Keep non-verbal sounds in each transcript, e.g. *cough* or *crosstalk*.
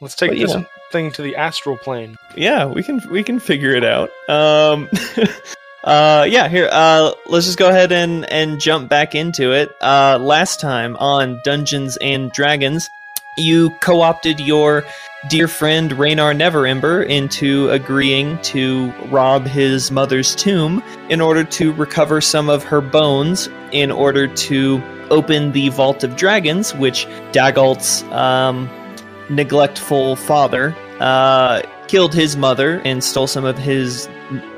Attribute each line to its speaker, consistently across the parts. Speaker 1: Let's take
Speaker 2: But, you
Speaker 1: this
Speaker 2: know.
Speaker 1: thing to the astral plane.
Speaker 2: yeah we can we can figure it out um *laughs* uh yeah here uh let's just go ahead and and jump back into it uh last time on dungeons and dragons you co-opted your dear friend Raynar Neverember into agreeing to rob his mother's tomb in order to recover some of her bones in order to open the Vault of Dragons, which Dagolt's um, neglectful father uh, killed his mother and stole some of his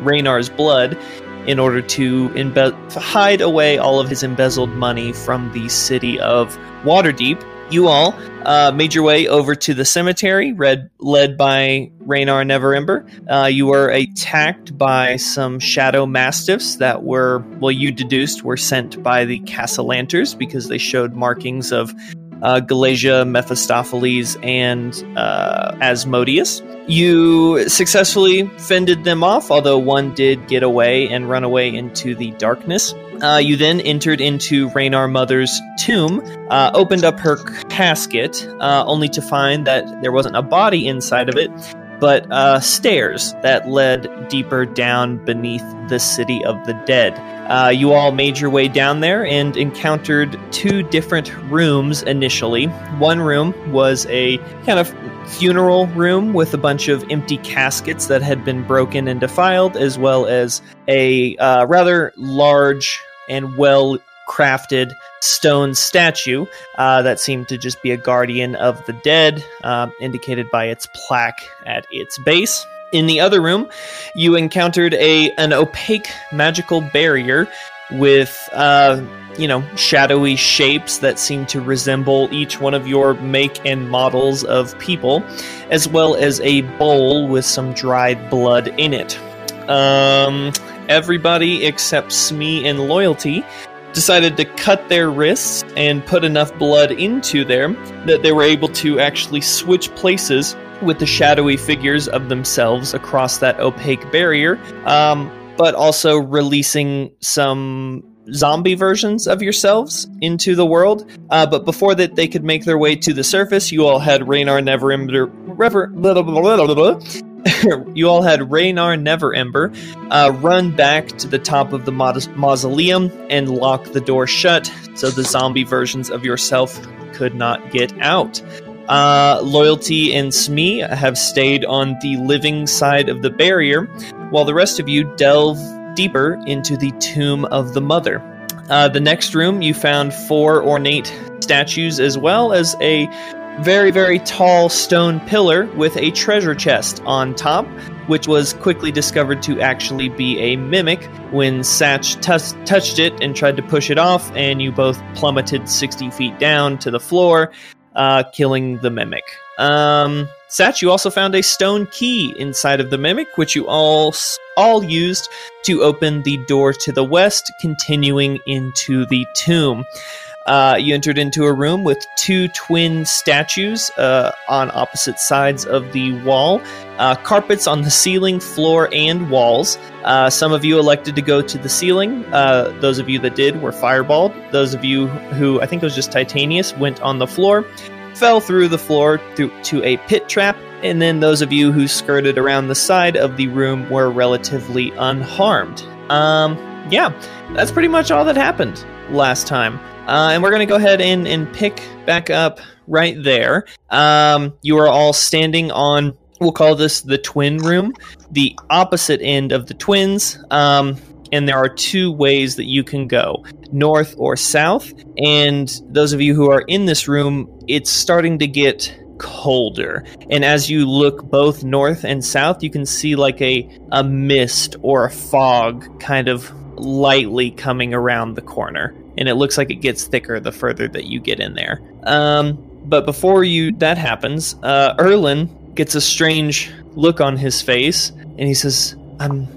Speaker 2: Raynar's blood in order to embe- to hide away all of his embezzled money from the city of Waterdeep. You all uh, made your way over to the cemetery, read, led by Raynar Neverember. Uh, you were attacked by some shadow mastiffs that were, well, you deduced were sent by the Castellanters because they showed markings of uh, Galatia, Mephistopheles, and uh, Asmodeus. You successfully fended them off, although one did get away and run away into the darkness. Uh, you then entered into Raynar Mother's tomb, uh, opened up her casket, uh, only to find that there wasn't a body inside of it, but uh, stairs that led deeper down beneath the city of the dead. Uh, you all made your way down there and encountered two different rooms initially. One room was a kind of funeral room with a bunch of empty caskets that had been broken and defiled, as well as a uh, rather large and well crafted stone statue uh, that seemed to just be a guardian of the dead, um, indicated by its plaque at its base. In the other room, you encountered a an opaque magical barrier with uh, you know shadowy shapes that seem to resemble each one of your make and models of people, as well as a bowl with some dried blood in it. Um, everybody except Smee and Loyalty decided to cut their wrists and put enough blood into there that they were able to actually switch places with the shadowy figures of themselves across that opaque barrier, um, but also releasing some zombie versions of yourselves into the world. Uh, but before that, they could make their way to the surface. You all had Raynar Never Ember. Rever- blah, blah, blah, blah, blah, *laughs* blah. you all had Raynar Never Ember uh, run back to the top of the maus- mausoleum and lock the door shut so the zombie versions of yourself could not get out. Uh, Loyalty and Smee have stayed on the living side of the barrier, while the rest of you delve deeper into the tomb of the mother. Uh, the next room, you found four ornate statues as well as a very, very tall stone pillar with a treasure chest on top, which was quickly discovered to actually be a mimic when Satch tus- touched it and tried to push it off, and you both plummeted 60 feet down to the floor uh, killing the mimic. Um, Satch, you also found a stone key inside of the mimic, which you all s- all used to open the door to the west, continuing into the tomb. Uh, you entered into a room with two twin statues uh, on opposite sides of the wall, uh, carpets on the ceiling, floor, and walls. Uh, some of you elected to go to the ceiling. Uh, those of you that did were fireballed. Those of you who, I think it was just Titanius, went on the floor, fell through the floor through, to a pit trap, and then those of you who skirted around the side of the room were relatively unharmed. Um, yeah, that's pretty much all that happened last time. Uh, and we're going to go ahead and, and pick back up right there. Um, you are all standing on, we'll call this the twin room the opposite end of the twins. Um, and there are two ways that you can go north or south. And those of you who are in this room, it's starting to get colder. And as you look both north and south, you can see like a, a mist or a fog kind of lightly coming around the corner. And it looks like it gets thicker the further that you get in there. Um, but before you that happens, uh, Erlin gets a strange look on his face and he says i'm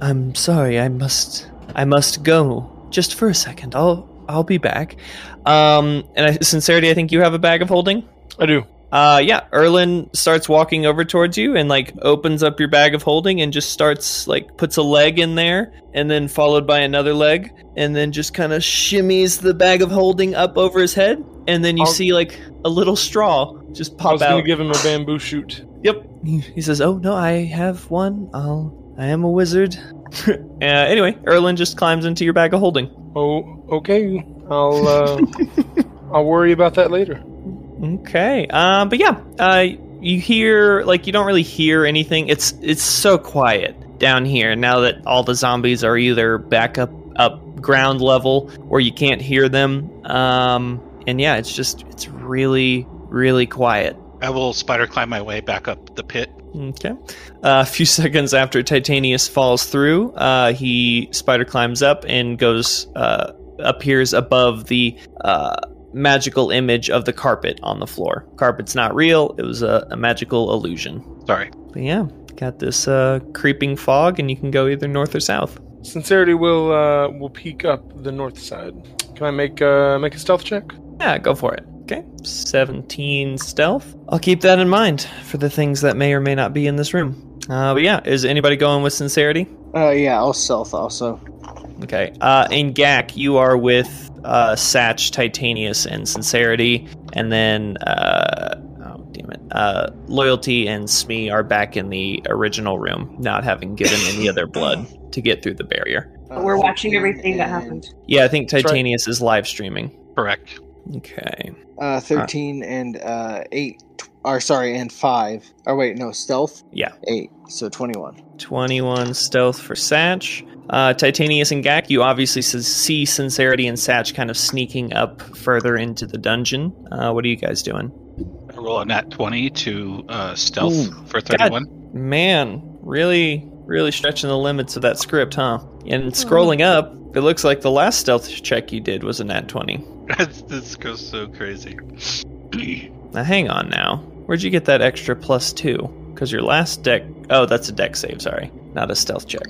Speaker 2: i'm sorry i must i must go just for a second i'll i'll be back um and I, sincerity i think you have a bag of holding
Speaker 1: I do.
Speaker 2: Uh, yeah, Erlin starts walking over towards you and like opens up your bag of holding and just starts like puts a leg in there and then followed by another leg and then just kind of shimmies the bag of holding up over his head and then you
Speaker 1: I'll-
Speaker 2: see like a little straw just
Speaker 1: I
Speaker 2: pop
Speaker 1: was gonna
Speaker 2: out.
Speaker 1: give him a bamboo shoot.
Speaker 2: Yep. He he says, "Oh no, I have one. I'll. I am a wizard." *laughs* uh, anyway, Erlin just climbs into your bag of holding.
Speaker 1: Oh, okay. I'll
Speaker 2: *laughs*
Speaker 1: uh, I'll worry about that later.
Speaker 2: Okay. Um. But yeah. Uh. You hear like you don't really hear anything. It's it's so quiet down here now that all the zombies are either back up up ground level or you can't hear them. Um. And yeah, it's just it's really really quiet.
Speaker 3: I will spider climb my way back up the pit.
Speaker 2: Okay. Uh, a few *laughs* seconds after Titanius falls through, uh, he spider climbs up and goes uh, appears above the uh, magical image of the carpet on the floor. Carpet's not real; it was a, a magical illusion.
Speaker 3: Sorry.
Speaker 2: But yeah, got this uh, creeping fog, and you can go either north or south.
Speaker 1: Sincerity will uh, will peek up the north side. Can I make uh, make a stealth check?
Speaker 2: Yeah, go for it. Okay, seventeen stealth. I'll keep that in mind for the things that may or may not be in this room. Uh, but yeah, is anybody going with sincerity?
Speaker 4: Uh, yeah, I'll stealth also.
Speaker 2: Okay. Uh, in Gak, you are with uh, Satch, Titanius, and Sincerity, and then uh, oh damn it, uh, Loyalty and Smee are back in the original room, not having given any
Speaker 1: *coughs*
Speaker 2: of their blood to get through the barrier.
Speaker 4: Uh,
Speaker 5: We're watching
Speaker 4: 15
Speaker 5: everything that
Speaker 4: and,
Speaker 5: happened.
Speaker 2: Yeah, I think
Speaker 1: That's right.
Speaker 2: Titanius is live streaming.
Speaker 3: Correct.
Speaker 2: Okay.
Speaker 4: Uh, thirteen and uh eight. Tw- or sorry, and five. Or wait, no, stealth.
Speaker 2: Yeah.
Speaker 4: eight. So twenty-one.
Speaker 2: 21 stealth for Satch. Uh, Titanius and Gak, you obviously s- see Sincerity and Satch kind of sneaking up further into the dungeon. Uh, what are you guys doing?
Speaker 3: I roll a nat 20 to uh, stealth
Speaker 2: Ooh.
Speaker 3: for 31.
Speaker 2: Man, really, really stretching the limits of that script, huh? And scrolling up, it looks like the last stealth check you did was a nat 20.
Speaker 3: *laughs* this goes so crazy.
Speaker 2: Now, hang on now. Where'd you get that extra plus two? Because your last deck. Oh, that's a deck save, sorry. Not a stealth check.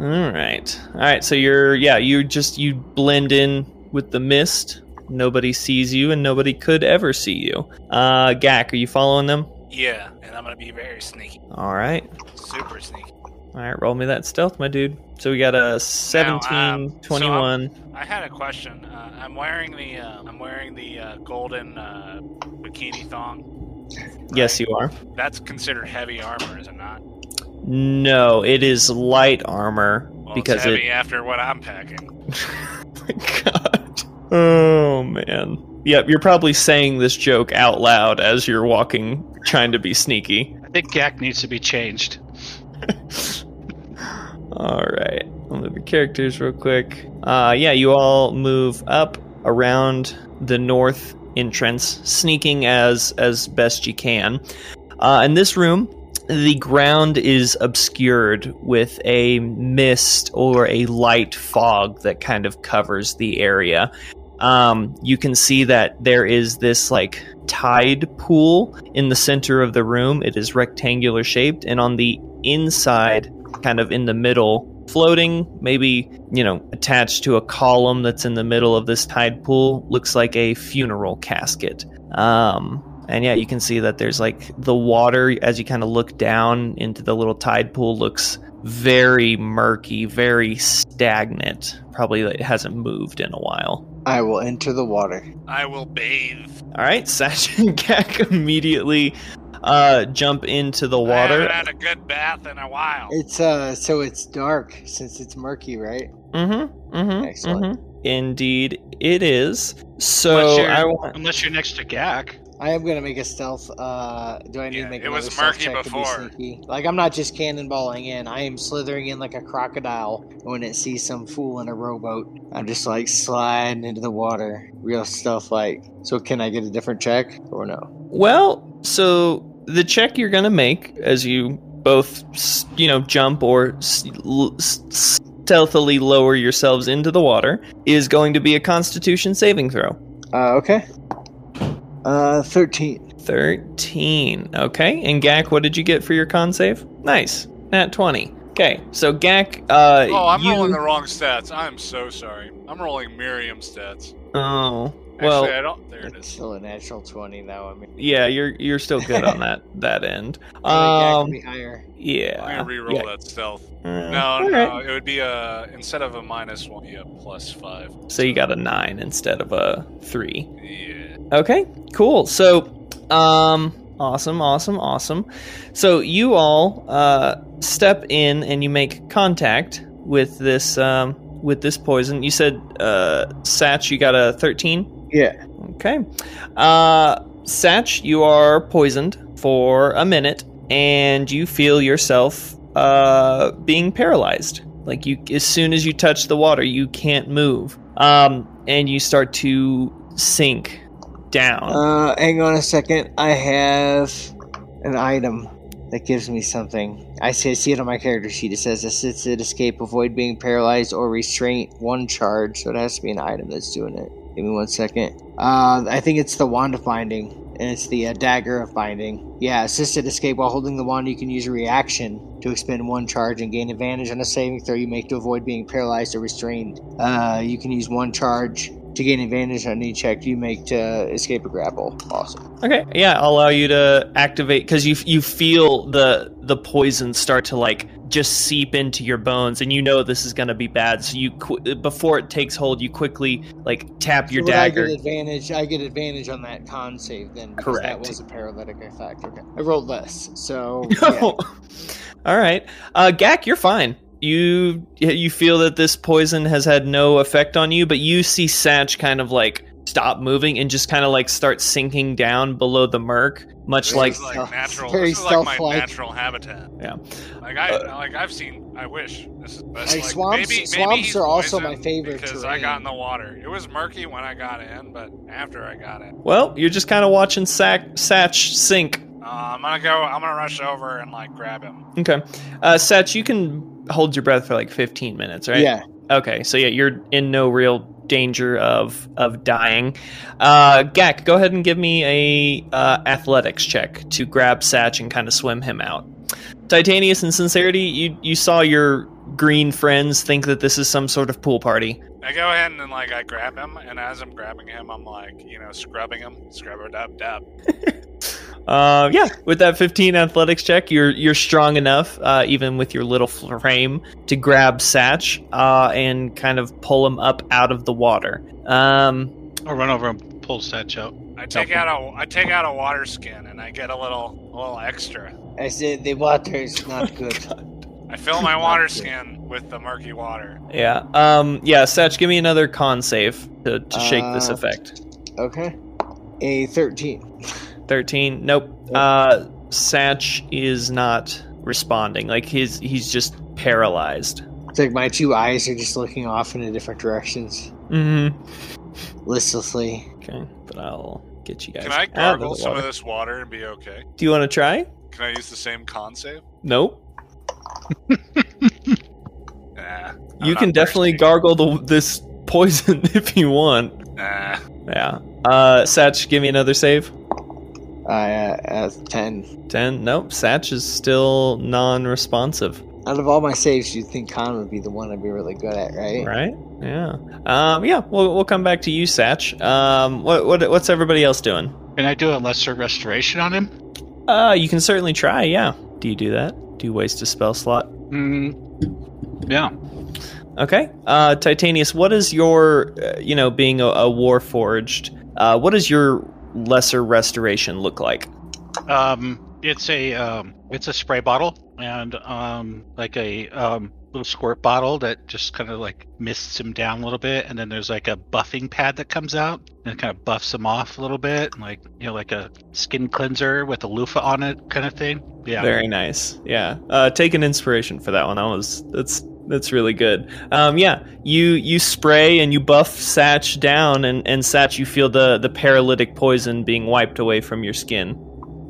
Speaker 2: All right. All right, so you're. Yeah, you just. You blend in with the mist. Nobody sees you, and nobody could ever see you. Uh, Gak, are you following them?
Speaker 6: Yeah, and I'm gonna be very sneaky,
Speaker 2: All right.
Speaker 6: super sneaky.
Speaker 2: All right, roll me that stealth, my dude. So we got a 17,
Speaker 6: um,
Speaker 2: 21.
Speaker 6: I had a question. Uh, I'm wearing the uh, I'm wearing the uh, golden uh, bikini thong.
Speaker 2: Yes, you are.
Speaker 6: That's considered heavy armor, is it not?
Speaker 2: No, it is light armor
Speaker 6: Well, it's
Speaker 2: because
Speaker 6: heavy
Speaker 2: it.
Speaker 6: after what I'm packing.
Speaker 2: God. *laughs* Oh man. Yep, you're probably saying this joke out loud as you're walking, trying to be sneaky.
Speaker 3: I think Gak needs to be changed.
Speaker 2: All right, I'll move your characters real quick. Uh, yeah, you all move up around the north entrance, sneaking as as best you can. Uh, in this room, the ground is obscured with a mist or a light fog that kind of covers the area. Um, you can see that there is this like tide pool in the center of the room. It is rectangular shaped, and on the inside kind of in the middle, floating, maybe, you know, attached to a column that's in the middle of this tide pool, looks like a funeral casket. Um, and yeah, you can see that there's like the water as you kind of look down into the little tide pool looks very murky, very stagnant. Probably like, it hasn't moved in a while.
Speaker 4: I will enter the water.
Speaker 6: I will bathe.
Speaker 2: All right, *laughs* Sash and Gak immediately uh, jump into the
Speaker 6: I haven't
Speaker 2: water.
Speaker 6: had a good bath in a while.
Speaker 4: It's uh, so it's dark since it's murky, right?
Speaker 2: Mm-hmm. Mm-hmm.
Speaker 4: Excellent.
Speaker 2: mhm. Indeed, it is. So
Speaker 3: Unless you're-
Speaker 2: I want.
Speaker 3: Unless you're next to Gak.
Speaker 4: I am gonna make a stealth. Uh, do I need
Speaker 6: Yeah,
Speaker 4: to make
Speaker 6: it
Speaker 4: another
Speaker 6: was
Speaker 4: stealth
Speaker 6: murky
Speaker 4: check to be
Speaker 6: before.
Speaker 4: sneaky? Like I'm not just cannonballing in. I am slithering in like a crocodile when it sees some fool in a rowboat. I'm just like sliding into the water, real stuff. Like, so can I get a different check or no?
Speaker 2: Well, so the check you're gonna make as you both, s- you know, jump or s- l- s- stealthily lower yourselves into the water is going to be a Constitution saving throw.
Speaker 4: Uh, okay. Uh, thirteen.
Speaker 2: Thirteen. Okay, and Gak, what did you get for your con save? Nice, nat twenty. Okay, so Gak, uh,
Speaker 6: oh, I'm
Speaker 2: you...
Speaker 6: rolling the wrong stats. I'm so sorry. I'm rolling Miriam stats.
Speaker 2: Oh, Well-
Speaker 6: Actually, I don't. There it
Speaker 4: It's
Speaker 6: is.
Speaker 4: still a natural 20, though. I mean,
Speaker 2: Yeah, you're you're still good on that
Speaker 6: *laughs*
Speaker 2: that end.
Speaker 4: I think that could
Speaker 2: Um,
Speaker 4: be higher.
Speaker 6: I'm
Speaker 2: yeah.
Speaker 6: gonna re-roll
Speaker 2: yeah.
Speaker 6: that stealth.
Speaker 2: Uh,
Speaker 6: No,
Speaker 2: all
Speaker 6: no,
Speaker 2: right.
Speaker 6: it would be a instead of a minus one, it'd be a plus five.
Speaker 2: So you got a nine instead of a three.
Speaker 6: Yeah.
Speaker 2: Okay, cool. So, um, awesome, awesome, awesome. So you all uh, step in and you make contact with this um, with this poison. You said, uh, Satch, you got a thirteen.
Speaker 4: Yeah.
Speaker 2: Okay, uh, Satch, you are poisoned for a minute, and you feel yourself uh, being paralyzed. Like you, as soon as you touch the water, you can't move, um, and you start to sink down.
Speaker 4: Uh, hang on a second. I have an item that gives me something. I see, I see it on my character sheet. It says assisted escape, avoid being paralyzed or restraint, one charge. So it has to be an item that's doing it. Give me one second. Uh, I think it's the wand of binding, and it's the uh, dagger of binding. Yeah, assisted escape while holding the wand, you can use a reaction to expend one charge and gain advantage on a saving throw you make to avoid being paralyzed or restrained. Uh, you can use one charge to gain advantage on any check you make to escape a grapple. Awesome.
Speaker 2: Okay, yeah, I'll allow you to activate because you you feel the the poison start to like just seep into your bones, and you know this is gonna be bad. So you qu- before it takes hold, you quickly like tap your
Speaker 4: So would
Speaker 2: dagger. *laughs*
Speaker 4: I get advantage. I get advantage on that con save then. because That
Speaker 2: Correct.
Speaker 4: was a paralytic effect. Okay. I rolled less, so
Speaker 2: *laughs*
Speaker 4: yeah.
Speaker 2: No. All right, uh, Gak, you're fine. You you feel that this poison has had no effect on you, but you see Satch kind of like stop moving and just kind of like start sinking down below the murk, much
Speaker 6: This
Speaker 2: like
Speaker 6: is like
Speaker 4: Stealth.
Speaker 6: natural.
Speaker 4: Very
Speaker 6: This is like my
Speaker 4: stealth-like.
Speaker 6: natural habitat.
Speaker 2: Yeah. Uh,
Speaker 6: Like I like I've seen. I wish this is best.
Speaker 4: Like,
Speaker 6: Like,
Speaker 4: swamps-
Speaker 6: maybe,
Speaker 4: swamps
Speaker 6: maybe he's
Speaker 4: are also
Speaker 6: poisoned
Speaker 4: my favorite
Speaker 6: because I got
Speaker 4: terrain.
Speaker 6: in the water. It was murky when I got in, but after I got in,
Speaker 2: well, you're just kind of watching Sac- Satch sink
Speaker 6: uh, I'm gonna go. I'm gonna rush over and like grab him.
Speaker 2: Okay. Uh, Satch, you can hold your breath for like 15 minutes, right?
Speaker 4: Yeah.
Speaker 2: Okay. So, yeah, you're in no real danger of of dying. Uh, Gak, go ahead and give me a uh, athletics check to grab Satch and kind of swim him out. Titanius and Sincerity, you, you saw your green friends think that this is some sort of pool party.
Speaker 6: I go ahead and like I grab him, and as I'm grabbing him, I'm like you know scrubbing him, scrub it up, dab.
Speaker 2: Uh, yeah, with that 15 athletics check, you're you're strong enough, uh, even with your little frame, to grab Satch uh, and kind of pull him up out of the water. Um,
Speaker 3: I'll run over and pull Satch out.
Speaker 6: I take
Speaker 3: Something.
Speaker 6: out a I take out a water skin, and I get a little a little extra.
Speaker 4: I said the water is
Speaker 2: *laughs* Oh,
Speaker 4: not good.
Speaker 6: I fill my water
Speaker 4: Not good.
Speaker 6: skin with the murky water.
Speaker 2: yeah, um, yeah, Satch, give me another con save to, to shake this
Speaker 4: Uh,
Speaker 2: effect.
Speaker 4: Okay. A thirteen.
Speaker 2: 13. Nope. Uh, Satch is not responding. Like he's he's just paralyzed.
Speaker 4: It's like my two eyes are just looking off in a different directions,
Speaker 2: Mm-hmm.
Speaker 4: listlessly.
Speaker 2: Okay, but I'll get you guys.
Speaker 6: Can I
Speaker 2: out of
Speaker 6: gargle
Speaker 2: the
Speaker 6: some of
Speaker 2: water.
Speaker 6: this water and be okay?
Speaker 2: Do you want to try?
Speaker 6: Can I use the same con save?
Speaker 2: Nope.
Speaker 6: Nah. I'm
Speaker 2: you
Speaker 6: not
Speaker 2: can definitely
Speaker 6: thirsty.
Speaker 2: gargle the, this poison *laughs* if you want.
Speaker 6: Nah.
Speaker 2: Yeah. Uh, Satch, give me another save.
Speaker 4: Uh, uh, ten.
Speaker 2: Ten. Nope. Satch is still non-responsive.
Speaker 4: Out of all my saves, you'd think con would be the one I'd be really good at, right?
Speaker 2: Right. Yeah. Um. Yeah. We'll we'll come back to you, Satch. Um. What what what's everybody else doing?
Speaker 3: Can I do a lesser restoration on him?
Speaker 2: Uh. You can certainly try. Yeah. Do you do that? Do you waste a spell slot?
Speaker 3: Mm, yeah.
Speaker 2: Okay. Uh. Titanius, what is your uh, you know being a, a warforged? Uh. What does your lesser restoration look like?
Speaker 3: Um, it's a um, it's a spray bottle and um, like a um, little squirt bottle that just kind of like mists him down a little bit, and then there's like a buffing pad that comes out and kind of buffs him off a little bit, and like you know like a skin cleanser with a loofah on it, kind of thing. Yeah.
Speaker 2: Very nice. Yeah. Uh, take an inspiration for that one. That was that's that's really good. Um, yeah. You you spray and you buff Satch down, and and Satch you feel the the paralytic poison being wiped away from your skin.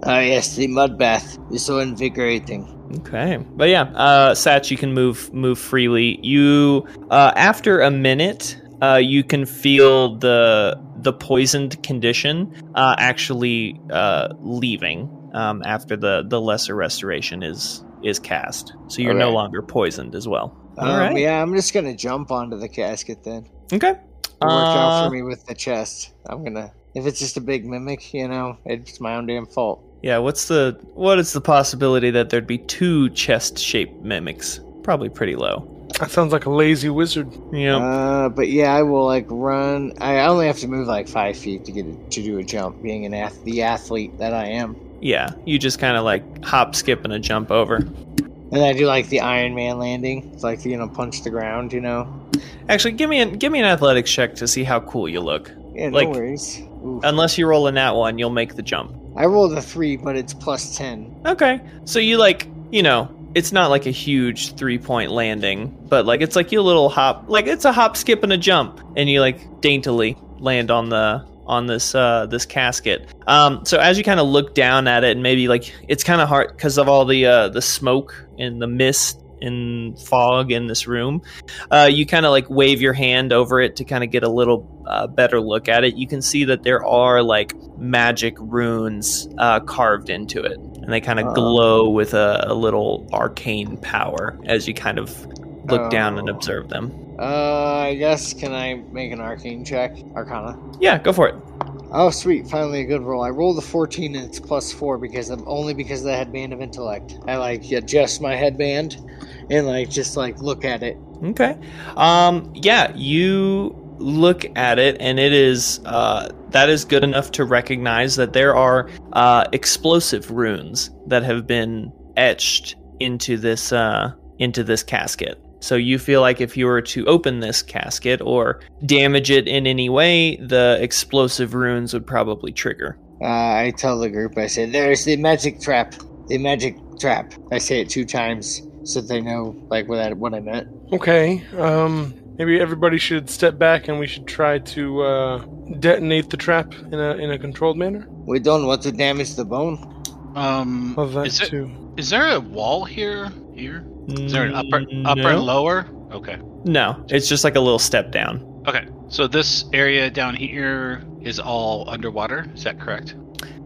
Speaker 4: Ah, yes, the mud bath is so invigorating.
Speaker 2: Okay. But yeah, uh, Satch you can move move freely. You uh, after a minute, uh, you can feel the the poisoned condition uh, actually uh, leaving um, after the the lesser restoration is is cast. So you're no
Speaker 4: Alright.
Speaker 2: longer poisoned as well.
Speaker 4: Um,
Speaker 2: All right.
Speaker 4: Yeah, I'm just gonna jump onto the casket then.
Speaker 2: Okay.
Speaker 4: It'll work out
Speaker 2: Uh,
Speaker 4: for me with the chest. I'm gonna. If it's just a big mimic, you know, it's my own damn fault.
Speaker 2: Yeah, what's the what is the possibility that there'd be two chest-shaped mimics? Probably pretty low.
Speaker 1: That sounds like a lazy wizard.
Speaker 2: Yeah.
Speaker 4: Uh, but yeah, I will like run. I only have to move like five feet to get it, to do a jump. Being an ath- the athlete that I am,
Speaker 2: yeah, you just kind of like hop, skip, and a jump over.
Speaker 4: and I do like the Iron Man landing. It's like you know, punch the ground. You know,
Speaker 2: Actually, give me an give me an athletics check to see how cool you look.
Speaker 4: yeah, no
Speaker 2: Like-
Speaker 4: worries. Oof.
Speaker 2: Unless you roll a nat one, you'll make the jump.
Speaker 4: I rolled a three, but it's plus ten.
Speaker 2: Okay, so you like you know it's not like a huge three point landing, but like it's like you little hop, like it's a hop, skip, and a jump, and you like daintily land on the on this uh this casket. Um, so as you kind of look down at it, and maybe like it's kind of hard because of all the uh the smoke and the mist and fog in this room uh, you kind of like wave your hand over it to kind of get a little uh, better look at it. You can see that there are like magic runes uh, carved into it, and they kind of
Speaker 4: Uh-oh.
Speaker 2: glow with a, a little arcane power as you kind of look down and
Speaker 4: Oh.
Speaker 2: observe them.
Speaker 4: Uh, I guess can I make an arcane check? Arcana.
Speaker 2: Yeah, go for it.
Speaker 4: Oh, sweet! Finally, a good roll. I rolled a fourteen, and it's plus four because of only because of the headband of intellect. I like adjust my headband, and like just like look at it.
Speaker 2: Okay. Um, yeah, you look at it, and it is uh, that is good enough to recognize that there are uh, explosive runes that have been etched into this uh, into this casket. So you feel like if you were to open this casket or damage it in any way, the explosive runes would probably trigger.
Speaker 4: Uh, I tell the group. I say, "There's the magic trap. The magic trap." I say it two times so they know like what I, what I meant.
Speaker 1: Okay. Um, maybe everybody should step back and we should try to uh, detonate the trap in a in a controlled manner.
Speaker 4: We don't want to damage the bone.
Speaker 3: Um,
Speaker 1: Love that
Speaker 3: is, there,
Speaker 1: too.
Speaker 3: is there a wall here? Here? Is there an upper, upper
Speaker 2: Mm, no?
Speaker 3: and lower? Okay.
Speaker 2: No, it's just like a little step down.
Speaker 3: Okay. So this area down here is all underwater. Is that correct?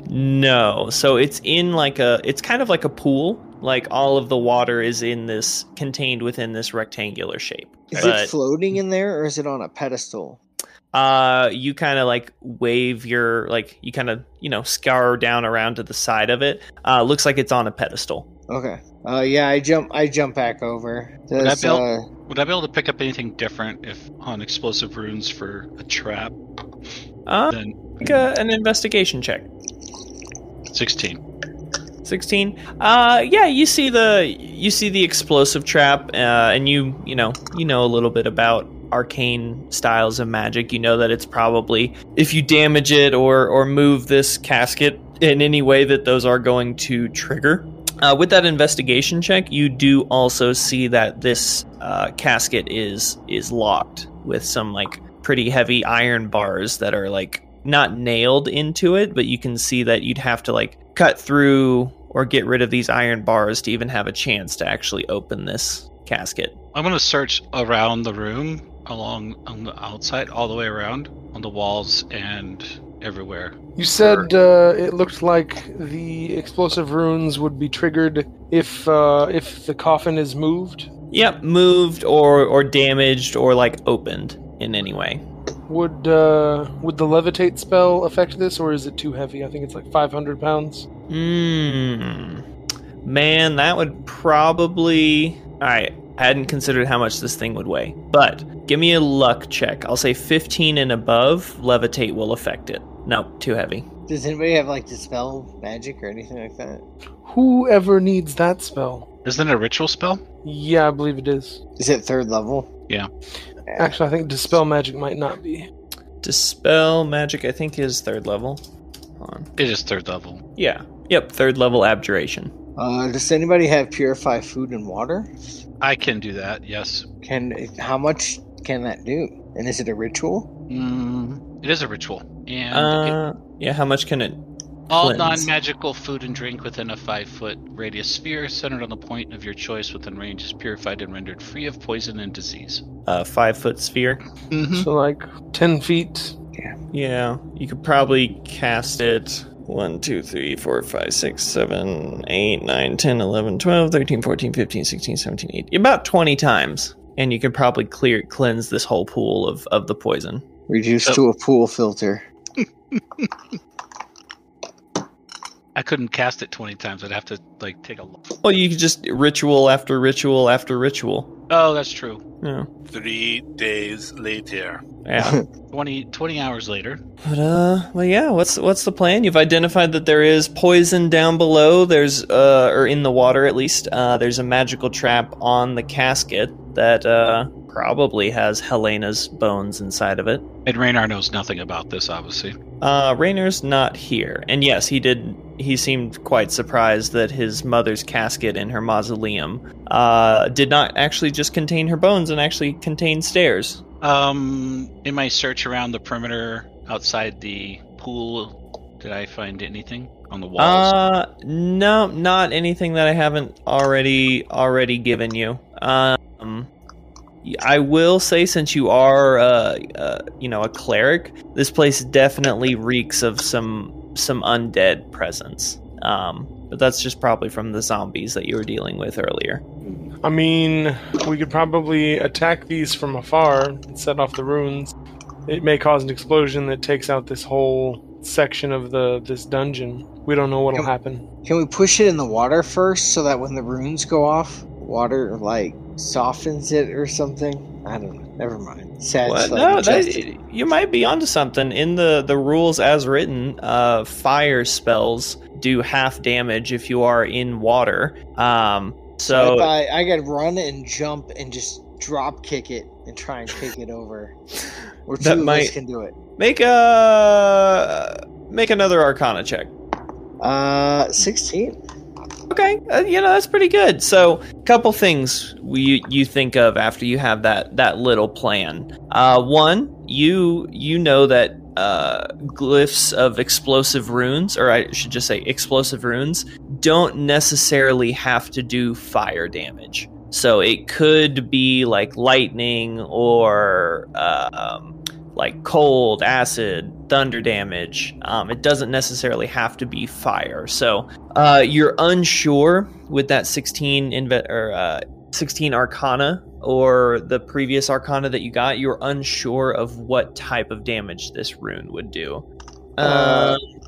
Speaker 2: No. So it's in like a it's kind of like a pool. Like all of the water is in this contained within this rectangular shape.
Speaker 4: Is
Speaker 2: But-
Speaker 4: it floating in there or is it on a pedestal?
Speaker 2: Uh you kind of like wave your like you kind of, you know, scour down around to the side of it. Uh looks like it's on a pedestal.
Speaker 4: Okay. Uh, yeah, I jump. I jump back over.
Speaker 3: I
Speaker 4: Does,
Speaker 3: build-
Speaker 4: uh,
Speaker 3: Would I be able to pick up anything different if on explosive runes for a trap?
Speaker 2: Uh
Speaker 3: Then
Speaker 2: make a, an investigation check.
Speaker 3: 16.
Speaker 2: 16 uh yeah you see the you see the explosive trap uh, and you you know you know a little bit about arcane styles of magic you know that it's probably if you damage it or or move this casket in any way that those are going to trigger uh, with that investigation check you do also see that this uh, casket is is locked with some like pretty heavy iron bars that are like not nailed into it, but you can see that you'd have to like cut through or get rid of these iron bars to even have a chance to actually open this casket.
Speaker 3: I'm going to search around the room, along on the outside, all the way around, on the walls and everywhere.
Speaker 1: You said uh, it looked like the explosive runes would be triggered if uh, if the coffin is moved.
Speaker 2: Yep, moved or or damaged or like opened in any way.
Speaker 1: Would uh, would the levitate spell affect this, or is it too heavy? I think it's like 500 pounds.
Speaker 2: Mmm. Man, that would probably. Alright, I hadn't considered how much this thing would weigh. But give me a luck check. I'll say 15 and above, levitate will affect it. Nope, too heavy.
Speaker 4: does anybody have like dispel magic or anything like that?
Speaker 1: Whoever needs that spell?
Speaker 3: Isn't it a ritual spell?
Speaker 1: Yeah, I believe it is.
Speaker 4: Is it third level?
Speaker 1: Actually, I think dispel magic might not be.
Speaker 2: Dispel magic, I think, is third level. Hold on.
Speaker 3: It is third level.
Speaker 2: Yeah. Yep, third level abjuration.
Speaker 4: Uh, does anybody have purify food and water?
Speaker 3: I can do that, yes.
Speaker 4: Can how much can that do? And is it a ritual?
Speaker 3: Mm, it is a ritual. And it-
Speaker 2: Uh, yeah, how much can it?
Speaker 3: All
Speaker 2: Cleanse.
Speaker 3: non-magical food and drink within a five-foot radius sphere, centered on the point of your choice within range, is purified and rendered free of poison and disease.
Speaker 2: Uh, five foot sphere?
Speaker 3: Mm-hmm.
Speaker 1: So like 10 feet.
Speaker 2: Yeah, you could probably cast it. 1, 2, 3, 4, 5, 6, 7, 8, 9, 10, 11, 12, 13, 14, 15, 16, 17, 18. About 20 times. And you could probably clear cleanse this whole pool of, of the poison.
Speaker 4: Reduced
Speaker 3: Oh.
Speaker 4: to a pool filter.
Speaker 3: I couldn't cast it 20 times. I'd have to like take a look.
Speaker 2: Well, you could just ritual after ritual after ritual.
Speaker 3: Oh, that's true.
Speaker 2: Yeah.
Speaker 6: Three days later.
Speaker 2: Yeah.
Speaker 3: 20, 20 hours later.
Speaker 2: But uh, well, yeah. What's what's the plan? You've identified that there is poison down below. There's uh, or in the water at least. Uh, there's a magical trap on the casket that uh probably has Helena's bones inside of it.
Speaker 3: And Raynar knows nothing about this, obviously.
Speaker 2: Uh, Rayner's not here, and yes, he did. He seemed quite surprised that his mother's casket in her mausoleum uh did not actually just contain her bones and actually contained stairs.
Speaker 3: Um, in my search around the perimeter outside the pool, did I find anything on the walls?
Speaker 2: Uh, no, not anything that I haven't already already given you. Um, I will say since you are, uh, uh, you know, a cleric, this place definitely reeks of some some undead presence. Um, but that's just probably from the zombies that you were dealing with earlier.
Speaker 1: I mean, we could probably attack these from afar and set off the runes. It may cause an explosion that takes out this whole section of the this dungeon. We don't know what'll
Speaker 4: Yep.
Speaker 1: happen.
Speaker 4: Can we push it in the water first so that when the runes go off, water like softens it or something? I don't know. Never mind. Sad.
Speaker 2: What?
Speaker 4: slightly
Speaker 2: No,
Speaker 4: adjusted.
Speaker 2: that, you might be onto something. In the the rules as written, uh, fire spells do half damage if you are in water. Um,
Speaker 4: If
Speaker 2: so
Speaker 4: I, I could run and jump and just drop kick it and try and kick
Speaker 2: *laughs*
Speaker 4: it over. Or two
Speaker 2: That
Speaker 4: of us
Speaker 2: might-
Speaker 4: can do it.
Speaker 2: make a make another Arcana check.
Speaker 4: Uh, sixteen.
Speaker 2: Okay, uh, you know that's pretty good. So, couple things you you think of after you have that that little plan. Uh, one, you you know that uh, glyphs of explosive runes, or I should just say explosive runes, don't necessarily have to do fire damage. So it could be like lightning or uh, um, like cold, acid, thunder damage. Um, it doesn't necessarily have to be fire. So uh, you're unsure with that 16 inve- or uh, 16 arcana or the previous arcana that you got. You're unsure of what type of damage this rune would do.
Speaker 4: Uh.
Speaker 2: Um,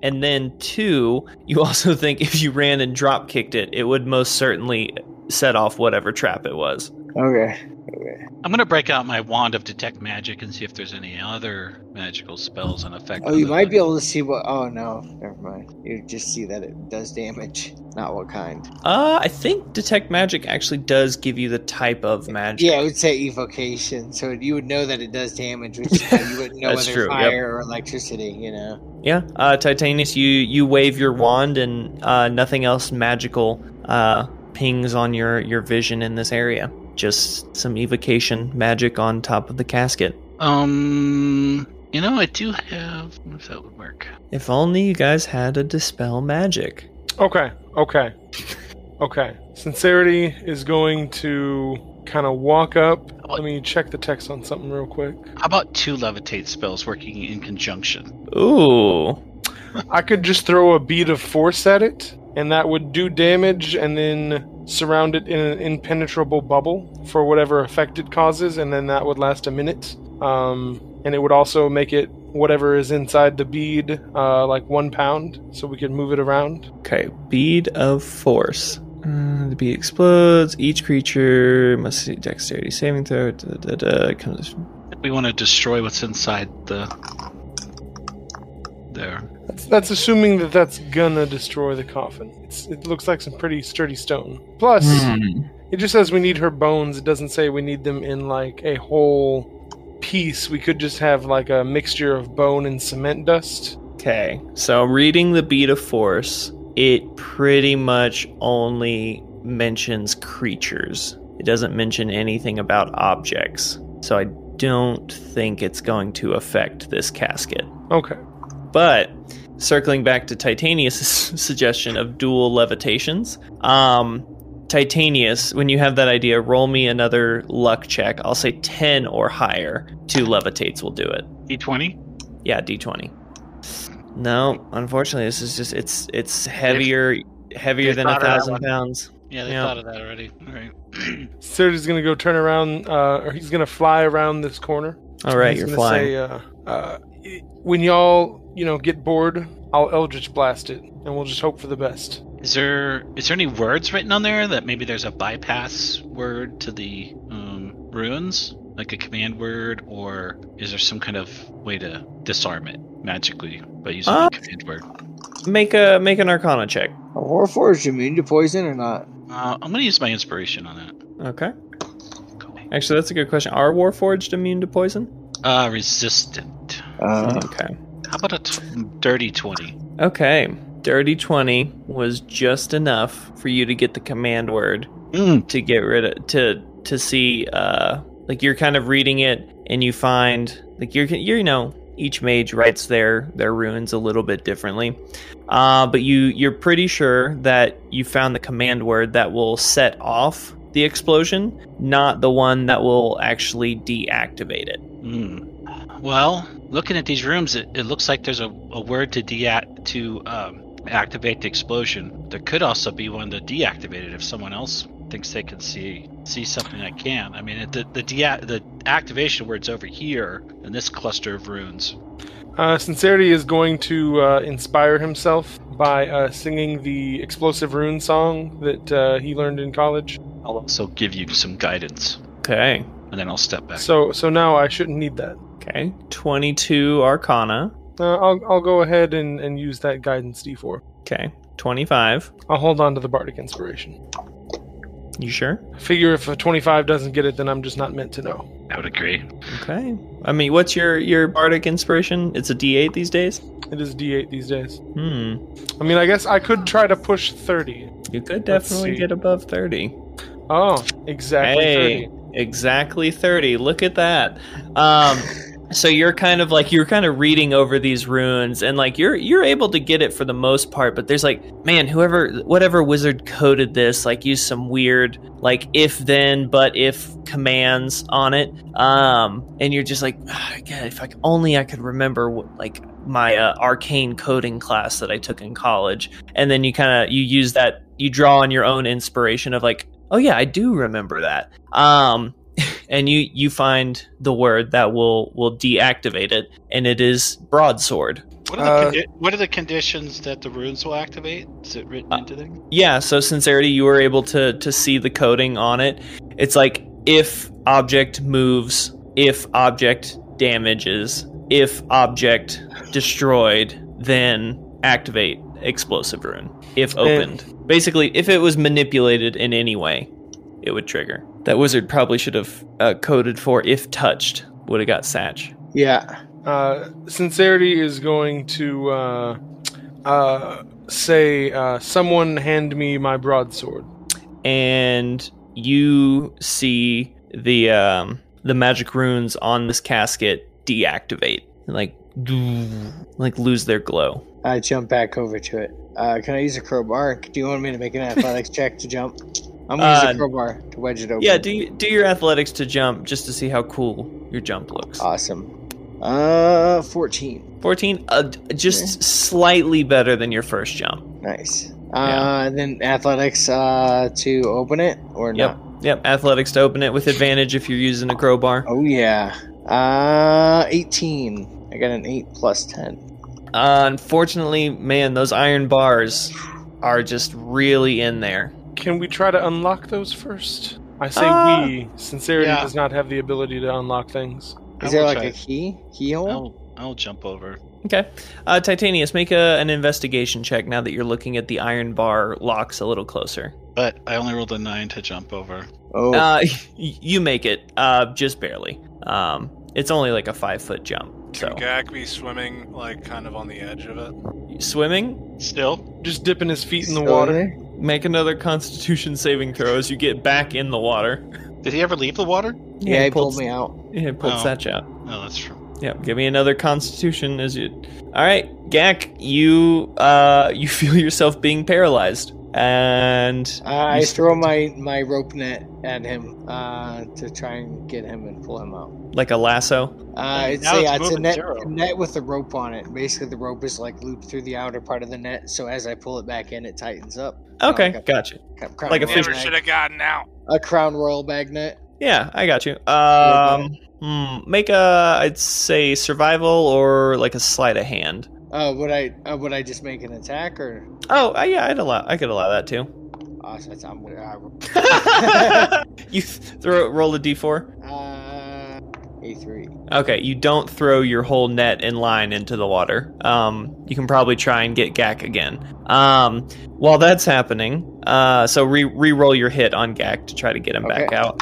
Speaker 2: and then two, you *laughs* also think if you ran and drop kicked it, it would most certainly set off whatever trap it was.
Speaker 4: Okay.
Speaker 3: I'm gonna break out my wand of detect magic and see if there's any other magical spells in effect.
Speaker 4: Oh, you
Speaker 3: other
Speaker 4: might
Speaker 3: than-
Speaker 4: be able to see what. Oh no, never mind. You just see that it does damage, not what kind.
Speaker 2: Uh, I think detect magic actually does give you the type of magic.
Speaker 4: Yeah, I would say evocation, so you would know that it does damage, which is why
Speaker 2: *laughs*
Speaker 4: you wouldn't know
Speaker 2: That's
Speaker 4: whether
Speaker 2: true, yep.
Speaker 4: fire or electricity. You know.
Speaker 2: Yeah, uh, Titanus, you you wave your wand and uh, nothing else magical uh, pings on your your vision in this area. Just some evocation magic on top of the casket.
Speaker 3: Um, you know, I do have. If that would work.
Speaker 2: If only you guys had a dispel magic.
Speaker 1: Okay, okay, okay. Sincerity is going to kind of walk up. Let me check the text on something real quick.
Speaker 3: How about two levitate spells working in conjunction?
Speaker 2: Ooh,
Speaker 1: I could just throw a bead of force at it, and that would do damage, and then surround it in an impenetrable bubble for whatever effect it causes, and then that would last a minute. Um, and it would also make it whatever is inside the bead, uh, like one pound, so we could move it around.
Speaker 2: Okay, bead of force. Uh, the bead explodes. Each creature must see dexterity saving throw. Da, da, da, comes-
Speaker 3: We want to destroy what's inside the. There.
Speaker 1: That's, that's assuming that that's gonna destroy the coffin. It's, it looks like some pretty sturdy stone. Plus,
Speaker 2: Hmm.
Speaker 1: it just says we need her bones. It doesn't say we need them in like a whole piece. We could just have like a mixture of bone and cement dust.
Speaker 2: Okay, so reading the beat of force, it pretty much only mentions creatures. It doesn't mention anything about objects. So I don't think it's going to affect this casket.
Speaker 1: Okay.
Speaker 2: But circling back to Titanius' *laughs* suggestion of dual levitations, um, Titanius, when you have that idea, roll me another luck check. I'll say 10 or higher. Two levitates will do it.
Speaker 3: D20?
Speaker 2: Yeah, D twenty. No, unfortunately, this is just it's it's heavier heavier
Speaker 3: they've
Speaker 2: than a
Speaker 3: thought of that
Speaker 2: thousand
Speaker 3: one.
Speaker 2: pounds.
Speaker 3: Yeah, they
Speaker 2: Yeah.
Speaker 3: thought of that already. All right.
Speaker 1: Siri's gonna go turn around, uh, or he's gonna fly around this corner
Speaker 2: All right,
Speaker 1: He's
Speaker 2: you're
Speaker 1: gonna
Speaker 2: flying.
Speaker 1: say, uh, uh, i- when y'all, you know, get bored, I'll Eldritch Blast it, and we'll just hope for the best.
Speaker 3: *clears throat* Is there is there any words written on there that maybe there's a bypass word to the um, ruins, like a command word, or is there some kind of way to disarm it magically by using
Speaker 2: Uh,
Speaker 3: a command word?
Speaker 1: uh,
Speaker 2: make a make an Arcana check.
Speaker 4: Are Warforged immune to poison or not?
Speaker 3: Uh, I'm gonna use my inspiration on that.
Speaker 2: Okay.
Speaker 3: Go away.
Speaker 2: Actually, that's a good question. Are Warforged immune to poison?
Speaker 3: Uh, resistant.
Speaker 1: Uh-huh.
Speaker 4: Uh,
Speaker 2: Okay.
Speaker 3: How about a t- dirty twenty?
Speaker 2: Okay. Dirty 20 was just enough for you to get the command word
Speaker 3: Mm.
Speaker 2: to get rid of to to see uh like you're kind of reading it and you find like you're you're you know each mage writes their their runes a little bit differently uh but you you're pretty sure that you found the command word that will set off the explosion not the one that will actually deactivate it
Speaker 3: Mm. Well, looking at these rooms, it, it looks like there's a, a word to deact to um, activate the explosion. There could also be one to deactivate it if someone else thinks they can see see something I can. I mean, it, the the dea- the activation word's over here in this cluster of runes.
Speaker 1: Uh, Sincerity is going to uh, inspire himself by uh, singing the explosive rune song that uh, he learned in college.
Speaker 3: I'll also give you some guidance,
Speaker 2: okay
Speaker 3: and then I'll step back.
Speaker 1: So, so now I shouldn't need that.
Speaker 2: okay 22 arcana
Speaker 1: Uh, I'll, I'll go ahead and, and use that guidance D4.
Speaker 2: okay 25
Speaker 1: I'll hold on to the bardic inspiration.
Speaker 2: you sure
Speaker 1: I figure if a 25 doesn't get it, then I'm just not meant to know.
Speaker 3: I would agree.
Speaker 2: okay i mean what's your your bardic inspiration it's a d8 these days
Speaker 1: It is D8 these days.
Speaker 2: hmm
Speaker 1: I mean, I guess I could try to push 30.
Speaker 2: You could
Speaker 1: Let's
Speaker 2: definitely
Speaker 1: see.
Speaker 2: get above 30.
Speaker 1: Oh, exactly
Speaker 2: hey,
Speaker 1: 30.
Speaker 2: exactly 30. Look at that. Um so you're kind of like you're kind of reading over these runes and like you're you're able to get it for the most part, but there's like man, whoever whatever wizard coded this like used some weird like if then but if commands on it. Um and you're just like "Ah, God, if I c- only I could remember what, like my uh, arcane coding class that I took in college. And then you kind of you use that you draw on your own inspiration of like oh yeah i do remember that um and you you find the word that will will deactivate it and it is broadsword
Speaker 3: What
Speaker 1: are the Uh,
Speaker 3: what are the conditions that the runes will activate? Is it written
Speaker 2: Uh,
Speaker 3: into them?
Speaker 2: yeah so sincerity you were able to to see the coding on it it's like if object moves if object damages if object destroyed then activate explosive rune if opened basically if it was manipulated in any way it would trigger that wizard probably should have uh, coded for if touched would have got satch
Speaker 4: yeah.
Speaker 1: Uh, Sincerity is going to uh, uh, say, uh, Someone hand me my broadsword.
Speaker 2: and you see the um, the magic runes on this casket deactivate, like like lose their glow.
Speaker 4: I jump back over to it. Uh, can I use a crowbar? Do you want me to make an athletics check to jump? I'm gonna use
Speaker 2: Uh,
Speaker 4: a crowbar to wedge it open.
Speaker 2: Yeah, do do your athletics to jump just to see how cool your jump looks.
Speaker 4: Awesome. Uh, 14.
Speaker 2: Fourteen, uh, d- just slightly better than your first jump.
Speaker 4: Nice.
Speaker 2: Yeah.
Speaker 4: Uh, and then athletics uh, to open it or
Speaker 2: Yep.
Speaker 4: not?
Speaker 2: Yep, athletics to open it with advantage if you're using a crowbar.
Speaker 4: Oh, yeah. Uh, 18. I got an 8 plus 10.
Speaker 2: Uh, unfortunately, man, those iron bars are just really in there.
Speaker 1: Can we try to unlock those first? I say
Speaker 2: Uh,
Speaker 1: we. Sincerity
Speaker 3: yeah.
Speaker 1: does not have the ability to unlock things.
Speaker 4: Is there like a key? Keyhole?
Speaker 3: I'll, I'll jump over.
Speaker 2: Okay. Uh, Titanius, make a, an investigation check now that you're looking at the iron bar locks a little closer.
Speaker 3: But I only rolled a nine to jump over.
Speaker 4: Oh,
Speaker 2: Uh, *laughs* you make it, uh, just barely. Um, it's only like a five foot jump. So,
Speaker 6: Can Gak be swimming like kind of on the edge of it?
Speaker 2: swimming,
Speaker 3: Still,
Speaker 1: Just dipping his feet in the
Speaker 4: still
Speaker 1: water.
Speaker 4: there?
Speaker 2: make another constitution saving throw as you get back in the water.
Speaker 3: did he ever leave the water?
Speaker 4: Yeah, he pulled me out.
Speaker 2: Yeah, he pulled
Speaker 3: Oh.
Speaker 2: Satch out.
Speaker 3: No, that's true.
Speaker 2: Yeah, give me another constitution as you. All right, Gak, you, uh, you *laughs* feel yourself being paralyzed. And
Speaker 4: Uh, I
Speaker 2: You
Speaker 4: throw my, my rope net at him uh, to try and get him and pull him out.
Speaker 2: like a lasso.
Speaker 4: Uh, it's,
Speaker 3: now it's
Speaker 4: yeah, it's a
Speaker 3: moving
Speaker 4: net,
Speaker 3: zero.
Speaker 4: a net with a rope on it. Basically, the rope is like looped through the outer part of the net. So as I pull it back in, it tightens up.
Speaker 2: Okay,
Speaker 4: Like
Speaker 2: gotcha.
Speaker 4: a, a crown
Speaker 2: like a
Speaker 4: royal
Speaker 2: fish-
Speaker 6: Never
Speaker 4: bag-
Speaker 6: should have gotten out.
Speaker 4: a crown royal bag net.
Speaker 2: Yeah, I got you.
Speaker 4: Yeah,
Speaker 2: Um, Hmm, make a, I'd say survival or like a sleight of hand.
Speaker 4: Uh, would I uh, would I just make an attack or?
Speaker 2: Oh, uh, yeah, I'd allow, I could allow that too. *laughs*
Speaker 4: Oh, so it's- I'm, I-
Speaker 2: you th- throw, roll a d4.
Speaker 4: uh, a three.
Speaker 2: Okay, you don't throw your whole net in line into the water. Um, you can probably try and get Gak again. Um, while that's happening, uh, so re re-roll your hit on Gak to try to get him back
Speaker 4: Okay.
Speaker 2: out.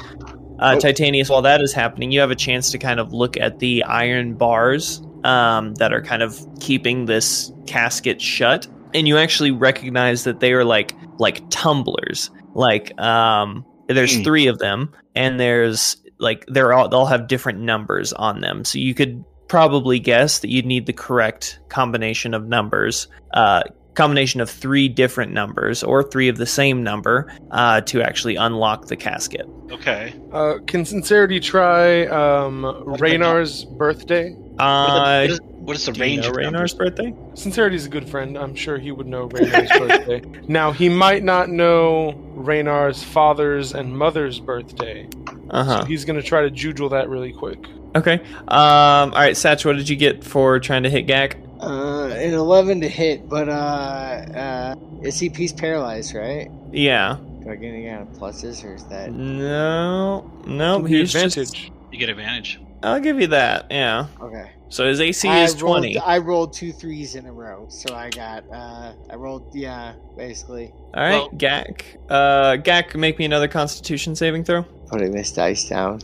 Speaker 2: Uh,
Speaker 4: Oh.
Speaker 2: Titanius, while that is happening, you have a chance to kind of look at the iron bars um, that are kind of keeping this casket shut, and you actually recognize that they are like like tumblers. Like um, there's
Speaker 3: Hmm.
Speaker 2: three of them, and there's like they're all they'll have different numbers on them, so you could probably guess that you'd need the correct combination of numbers, uh, combination of three different numbers or three of the same number uh, to actually unlock the casket.
Speaker 3: Okay.
Speaker 1: Uh, can sincerity try um,
Speaker 3: Like
Speaker 1: Raynar's birthday?
Speaker 2: Uh,
Speaker 3: what, is, what is the
Speaker 2: do you
Speaker 3: range
Speaker 2: know
Speaker 3: of
Speaker 2: Raynar's
Speaker 3: numbers?
Speaker 2: birthday?
Speaker 1: Sincerity's a good friend. I'm sure he would know
Speaker 2: *laughs*
Speaker 1: Raynar's birthday. Now he might not know Raynar's father's and mother's birthday.
Speaker 2: Uh
Speaker 1: So
Speaker 2: huh.
Speaker 1: he's gonna try to jujule that really quick.
Speaker 2: Okay. Um, all right, Satch, what did you get for trying to hit Gak?
Speaker 4: Uh, an eleven to hit, but uh, uh, is he piece paralyzed? Right?
Speaker 2: Yeah.
Speaker 4: Do I get any kind of pluses or is that?
Speaker 2: Mm. No. No.
Speaker 1: The
Speaker 2: He's
Speaker 1: advantage.
Speaker 2: just.
Speaker 3: You get advantage.
Speaker 2: I'll give you that. Yeah.
Speaker 4: Okay.
Speaker 2: So his AC
Speaker 4: I
Speaker 2: is
Speaker 4: rolled,
Speaker 2: twenty.
Speaker 4: I rolled two threes in a row, so I got. Uh, I rolled. Yeah, basically.
Speaker 2: All right,
Speaker 3: Well-
Speaker 2: Gak. Uh, Gak, make me another Constitution saving throw.
Speaker 4: Putting this dice down.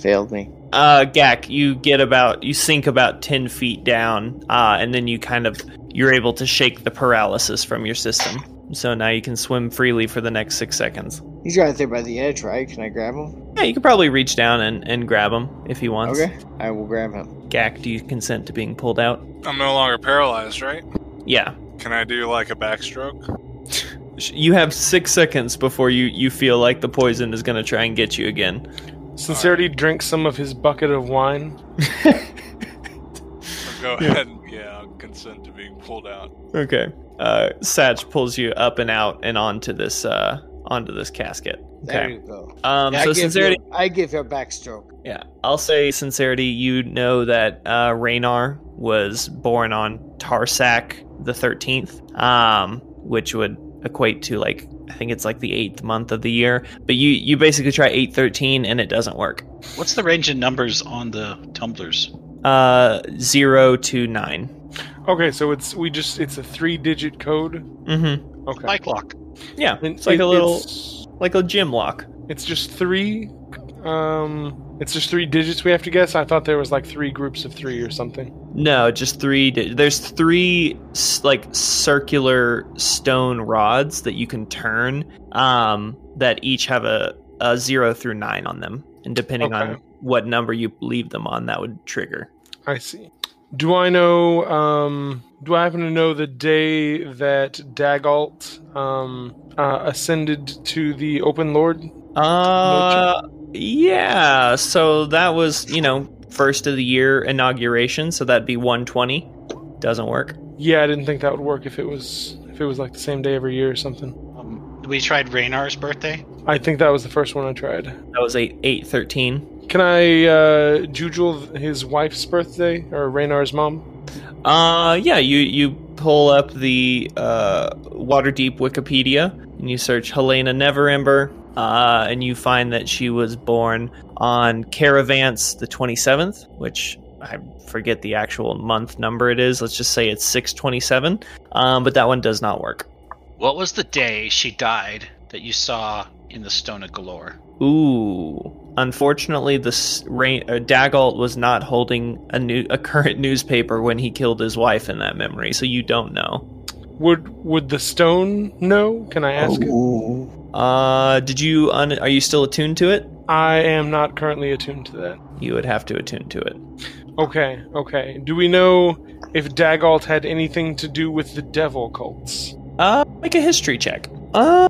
Speaker 4: Failed me.
Speaker 2: Uh, Gak, you get about you sink about ten feet down, uh, and then you kind of you're able to shake the paralysis from your system. So now you can swim freely for the next six seconds.
Speaker 4: He's right there by the edge, right? Can I grab him?
Speaker 2: Yeah, you can probably reach down and, and grab him if he wants.
Speaker 4: Okay. I will grab him.
Speaker 2: Gak, do you consent to being pulled out?
Speaker 6: I'm no longer paralyzed, right?
Speaker 2: Yeah.
Speaker 6: Can I do like a backstroke?
Speaker 2: Sh- You have six seconds before you, you feel like the poison is going to try and get you again.
Speaker 1: Sincerity drinks some of his bucket of wine.
Speaker 6: I'll go ahead and yeah, I'll consent to being pulled out.
Speaker 2: Okay. Uh, Satch pulls you up and out and onto this uh, onto this casket.
Speaker 4: There
Speaker 2: Okay.
Speaker 4: you go.
Speaker 2: Um,
Speaker 4: I
Speaker 2: so
Speaker 4: give
Speaker 2: sincerity.
Speaker 4: you- I give you a backstroke.
Speaker 2: Yeah, I'll say sincerity. You know that uh, Raynar was born on Tarsak the thirteenth, um, which would equate to like I think it's like the eighth month of the year. But you you basically try eight thirteen and it doesn't work.
Speaker 3: What's the range of numbers on the tumblers?
Speaker 2: Uh, zero to nine.
Speaker 1: Okay, so it's we just it's a three digit code.
Speaker 2: Mm-hmm.
Speaker 1: Okay.
Speaker 3: Bike lock.
Speaker 2: Yeah,
Speaker 1: And
Speaker 2: it's like
Speaker 1: it-
Speaker 2: a little
Speaker 1: it's,
Speaker 2: like a gym lock.
Speaker 1: it's just three um it's just three digits we have to guess. I thought there was like three groups of three or something.
Speaker 2: No, just three. Di- there's three s- like circular stone rods that you can turn. Um, that each have a, a zero through nine on them, and depending on
Speaker 1: Okay.
Speaker 2: what number you leave them on, that would trigger.
Speaker 1: I see. Do I know um do I happen to know the day that Dagalt um uh, ascended to the open lord?
Speaker 2: Uh, yeah. So that was you know first of the year inauguration. So that'd be one twenty. Doesn't work.
Speaker 1: Yeah, I didn't think that would work if it was if it was like the same day every year or something.
Speaker 3: Um, we tried Raynar's birthday.
Speaker 1: I think that was the first one I tried.
Speaker 2: That was eight eight thirteen.
Speaker 1: Can I uh, jujule his wife's birthday or Raynar's mom?
Speaker 2: Uh, yeah, you you pull up the uh, Waterdeep Wikipedia and you search Helena Neverember, uh, and you find that she was born on Caravance the 27th, which I forget the actual month number it is. Let's just say it's 627. Um, but that one does not work.
Speaker 3: What was the day she died that you saw in the Stone of Galore?
Speaker 2: Ooh. Unfortunately, the s- rain, uh, Dagalt was not holding a new a current *laughs* newspaper when he killed his wife in that memory, so you don't know.
Speaker 1: Would would the stone know? Can I ask?
Speaker 4: Oh.
Speaker 1: it?
Speaker 2: Uh, did you un- are you still attuned to it?
Speaker 1: I am not currently attuned to that.
Speaker 2: You would have to attune to it.
Speaker 1: Okay, okay. Do we know if Dagalt had anything to do with the devil cults?
Speaker 2: Uh, make a history check. Uh,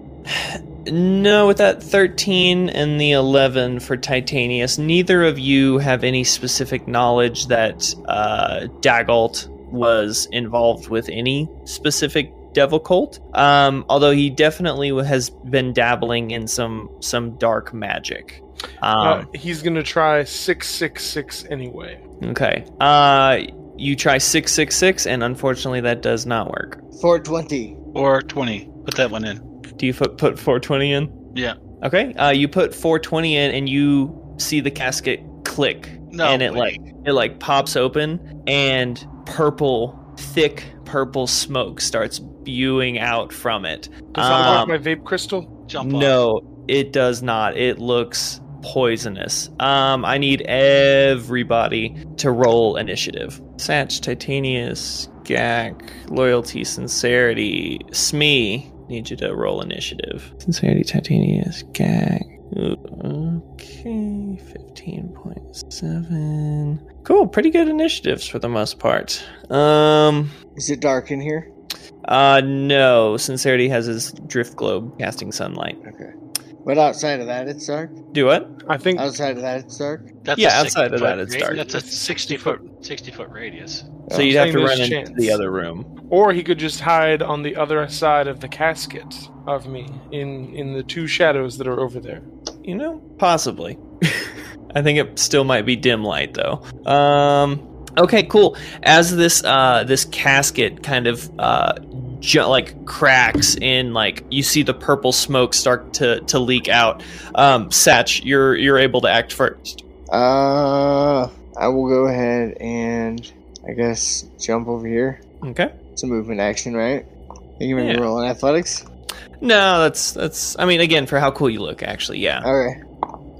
Speaker 2: no, with that 13 and the 11 for Titanius, neither of you have any specific knowledge that uh, Dagalt was involved with any specific devil cult. Um, although he definitely has been dabbling in some some dark magic.
Speaker 1: Uh,
Speaker 2: Um,
Speaker 1: he's gonna try six six six anyway.
Speaker 2: okay. Uh, you try six six six, and unfortunately, that does not work.
Speaker 4: 420.
Speaker 3: Or 20. Put that one in.
Speaker 2: Do you put put four twenty in?
Speaker 3: Yeah.
Speaker 2: Okay. Uh, you put four twenty in, and you see the casket click,
Speaker 3: No.
Speaker 2: and it
Speaker 3: way.
Speaker 2: like it like pops open, and purple, thick purple smoke starts spewing out from it.
Speaker 1: Does that
Speaker 2: Um,
Speaker 1: lock my vape crystal?
Speaker 3: Jump off.
Speaker 2: no, it does not. It looks poisonous. Um, I need everybody to roll initiative. Satch, Titanius, Gak, Loyalty, Sincerity, Smee. Need you to roll initiative. Sincerity, Titanius, Gak. Ooh, Okay, 15.7. Cool, pretty good initiatives for the most part. Um,
Speaker 4: Is it dark in here?
Speaker 2: uh, no, Sincerity has his drift globe casting sunlight.
Speaker 4: Okay. But outside of that, it's dark.
Speaker 2: Do what?
Speaker 1: I think
Speaker 4: Outside of that, it's dark.
Speaker 3: That's
Speaker 2: yeah,
Speaker 3: a six
Speaker 2: outside of
Speaker 3: foot
Speaker 2: that, it's
Speaker 3: ra-
Speaker 2: dark.
Speaker 3: That's a 60 foot 60 foot radius.
Speaker 2: So you'd have to
Speaker 1: Same as
Speaker 2: run into
Speaker 1: chance.
Speaker 2: the other room.
Speaker 1: or he could just hide on the other side of the casket of me in in the two shadows that are over there.
Speaker 2: You know, *laughs* possibly. I think it still might be dim light though. Um, okay, cool. As this uh, this casket kind of uh, ju- like cracks in, like you see the purple smoke start to to leak out. Um, Satch, you're you're able to act first.
Speaker 4: Uh, I will go ahead and I guess jump over here.
Speaker 2: Okay.
Speaker 4: It's a movement action, right? You can make
Speaker 2: Yeah.
Speaker 4: me roll in athletics.
Speaker 2: No, that's that's. I mean, again, for how cool you look, actually, yeah.
Speaker 4: All right.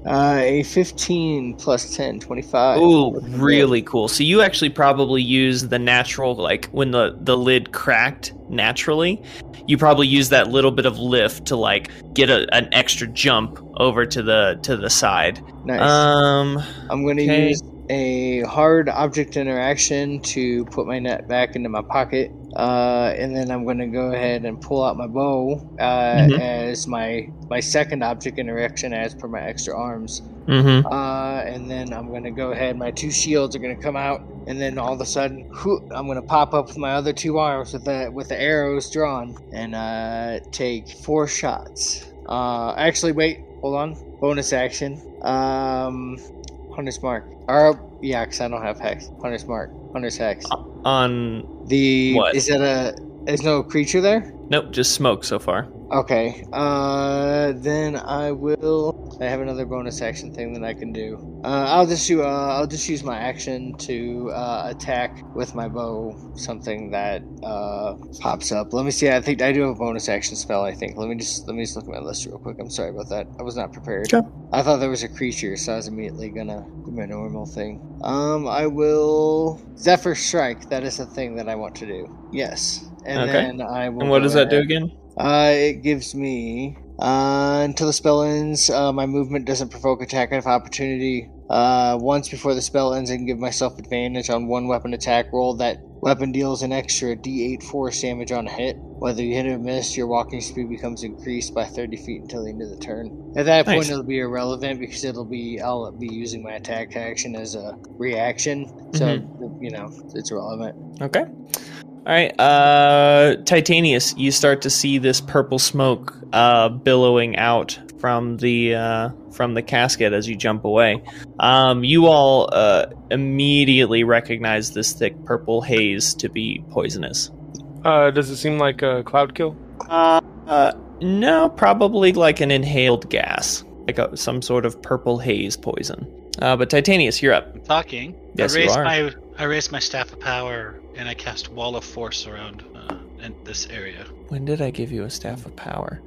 Speaker 4: Uh, a 15 plus 10, 25.
Speaker 2: Ooh,
Speaker 4: Looking good.
Speaker 2: really cool. So you actually probably use the natural, like when the the lid cracked naturally, you probably use that little bit of lift to like get a, an extra jump over to the to the side.
Speaker 4: Nice.
Speaker 2: Um,
Speaker 4: I'm going to
Speaker 2: okay.
Speaker 4: use a hard object interaction to put my net back into my pocket. Uh, and then I'm going to go ahead and pull out my bow uh,
Speaker 2: Mhm.
Speaker 4: as my my second object interaction as per my extra arms.
Speaker 2: mhm.
Speaker 4: Uh, and then I'm gonna go ahead. My two shields are gonna come out, and then all of a sudden, whoo, I'm gonna pop up with my other two arms with the with the arrows drawn, and uh, take four shots. Uh, actually, wait, hold on. Bonus action. Um, hunter's mark. Or yeah, 'cause I don't have hex. Hunter's mark. Hunter's hex.
Speaker 2: on
Speaker 4: The
Speaker 2: what?
Speaker 4: is that a? There's no creature there.
Speaker 2: nope, just smoke so far.
Speaker 4: Okay. Uh, then I will. I have another bonus action thing that I can do. Uh, I'll just do. Uh, I'll just use my action to uh, attack with my bow something that uh, pops up. Let me see. I think I do have a bonus action spell. I think. Let me just. Let me just look at my list real quick. I'm sorry about that. I was not prepared.
Speaker 2: Okay.
Speaker 4: I thought there was a creature, so I was immediately gonna do my normal thing. Um, I will Zephyr Strike. That is the thing that I want to do. Yes. And
Speaker 2: Okay.
Speaker 4: then I will.
Speaker 2: And what
Speaker 4: go
Speaker 2: does that do
Speaker 4: ahead-
Speaker 2: again?
Speaker 4: uh, it gives me uh, until the spell ends. Uh, my movement doesn't provoke attack of opportunity. Uh, once before the spell ends, I can give myself advantage on one weapon attack roll. That weapon deals an extra D8 force damage on a hit. Whether you hit or miss, your walking speed becomes increased by 30 feet until the end of the turn. At that point,
Speaker 2: Nice.
Speaker 4: it'll be irrelevant because it'll be I'll be using my attack action as a reaction. So you know it's relevant.
Speaker 2: Okay. All right, uh, Titanius, you start to see this purple smoke uh, billowing out from the uh, from the casket as you jump away. Um, you all uh, immediately recognize this thick purple haze to be poisonous.
Speaker 1: Uh, does it seem like a cloud kill?
Speaker 2: Uh, uh, no, probably like an inhaled gas, like a, some sort of purple haze poison. Uh, but Titanius, you're up.
Speaker 3: I'm talking.
Speaker 2: Yes,
Speaker 3: I
Speaker 2: you
Speaker 3: raise
Speaker 2: are.
Speaker 3: my I raise my staff of power and I cast wall of force around uh, in this area.
Speaker 2: When did I give you a staff of power?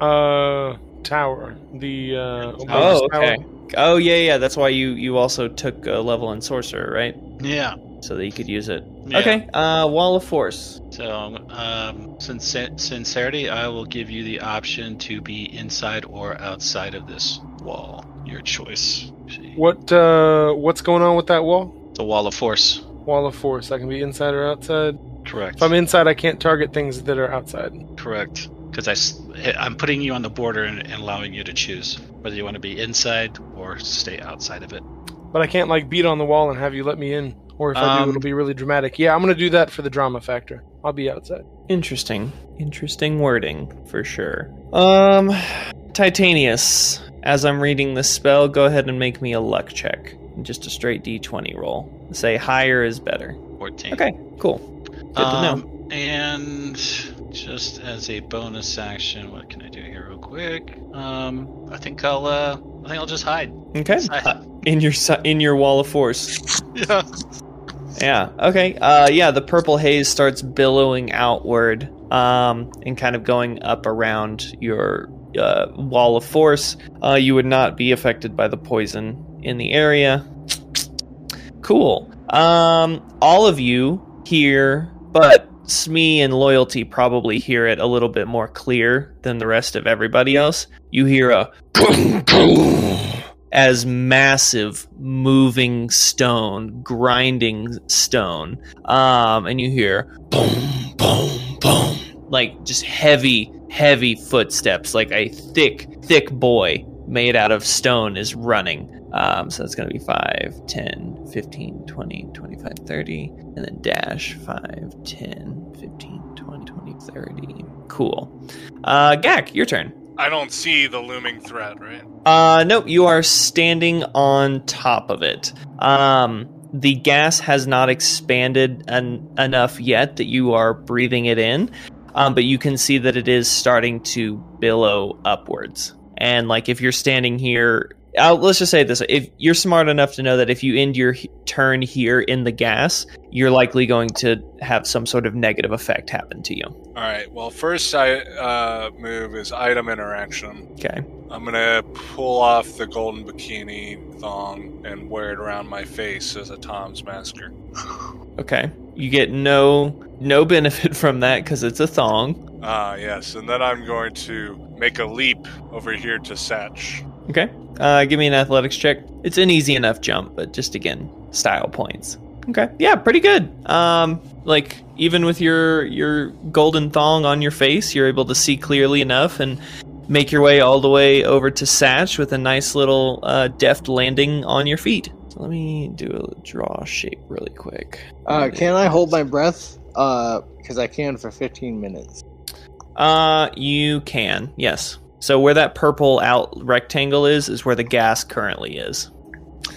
Speaker 1: Uh, tower. The uh, Oblivious
Speaker 2: Oh,
Speaker 1: Tower.
Speaker 2: okay. Oh, yeah, yeah. That's why you you also took a level in sorcerer, right?
Speaker 3: Yeah.
Speaker 2: So that you could use it.
Speaker 3: yeah.
Speaker 2: Okay. Uh, wall of force.
Speaker 3: So, um, since sincerity, I will give you the option to be inside or outside of this wall. Your choice. See.
Speaker 1: What uh, what's going on with that wall?
Speaker 3: The wall of force.
Speaker 1: Wall of force. I can be inside or outside.
Speaker 3: Correct.
Speaker 1: If I'm inside, I can't target things that are outside.
Speaker 3: Correct. Because I, s- I'm putting you on the border and, and allowing you to choose whether you want to be inside or stay outside of it.
Speaker 1: But I can't like beat on the wall and have you let me in. Or if I do,
Speaker 3: Um,
Speaker 1: it'll be really dramatic. Yeah, I'm gonna do that for the drama factor. I'll be outside.
Speaker 2: Interesting. Interesting wording for sure. Um Titanius, as I'm reading this spell, go ahead and make me a luck check. Just a straight d20 roll. Say higher is better.
Speaker 3: 14.
Speaker 2: Okay, cool. Good to know.
Speaker 3: Um, and just as a bonus action, what can I do here, real quick? Um, I think I'll, uh, I think I'll just hide.
Speaker 2: Okay. Uh,
Speaker 3: I-
Speaker 2: In your si- in your wall of force.
Speaker 3: *laughs* yeah.
Speaker 2: Yeah. Okay. Uh, yeah. The purple haze starts billowing outward, um, and kind of going up around your uh, wall of force. Uh, you would not be affected by the poison in the area. Cool. Um, all of you hear, but Smee and Loyalty probably hear it a little bit more clear than the rest of everybody else. You hear a as massive moving stone, grinding stone. Um, and you hear boom, boom, boom, like just heavy, heavy footsteps, like a thick, thick boy made out of stone is running. Um, so that's going to be 5, 10, 15, 20, 25, 30, and then dash 5, 10, 15, 20, 20, 30. Cool. Uh, Gak, your turn.
Speaker 6: I don't see the looming threat, right?
Speaker 2: Uh, nope, you are standing on top of it. Um, the gas has not expanded en- enough yet that you are breathing it in, um, but you can see that it is starting to billow upwards. And like if you're standing here, uh, let's just say this: if you're smart enough to know that if you end your he- turn here in the gas, you're likely going to have some sort of negative effect happen to you.
Speaker 5: All right. Well, first I uh, move is item interaction.
Speaker 2: Okay.
Speaker 5: I'm gonna pull off the golden bikini thong and wear it around my face as a Tom's masker.
Speaker 2: Okay. You get no no benefit *laughs* from that because it's a thong.
Speaker 5: Ah, yes. And then I'm going to make a leap over here to Satch.
Speaker 2: Okay. Uh, give me an athletics check. It's an easy enough jump, but just again, style points. Okay. Yeah, pretty good. Um, like even with your your golden thong on your face, you're able to see clearly enough and make your way all the way over to Satch with a nice little uh, deft landing on your feet. So let me do a draw shape really quick.
Speaker 4: Uh, can I hold my breath? Because I can for 15 minutes.
Speaker 2: Uh, you can. Yes. So where that purple out rectangle is is where the gas currently is.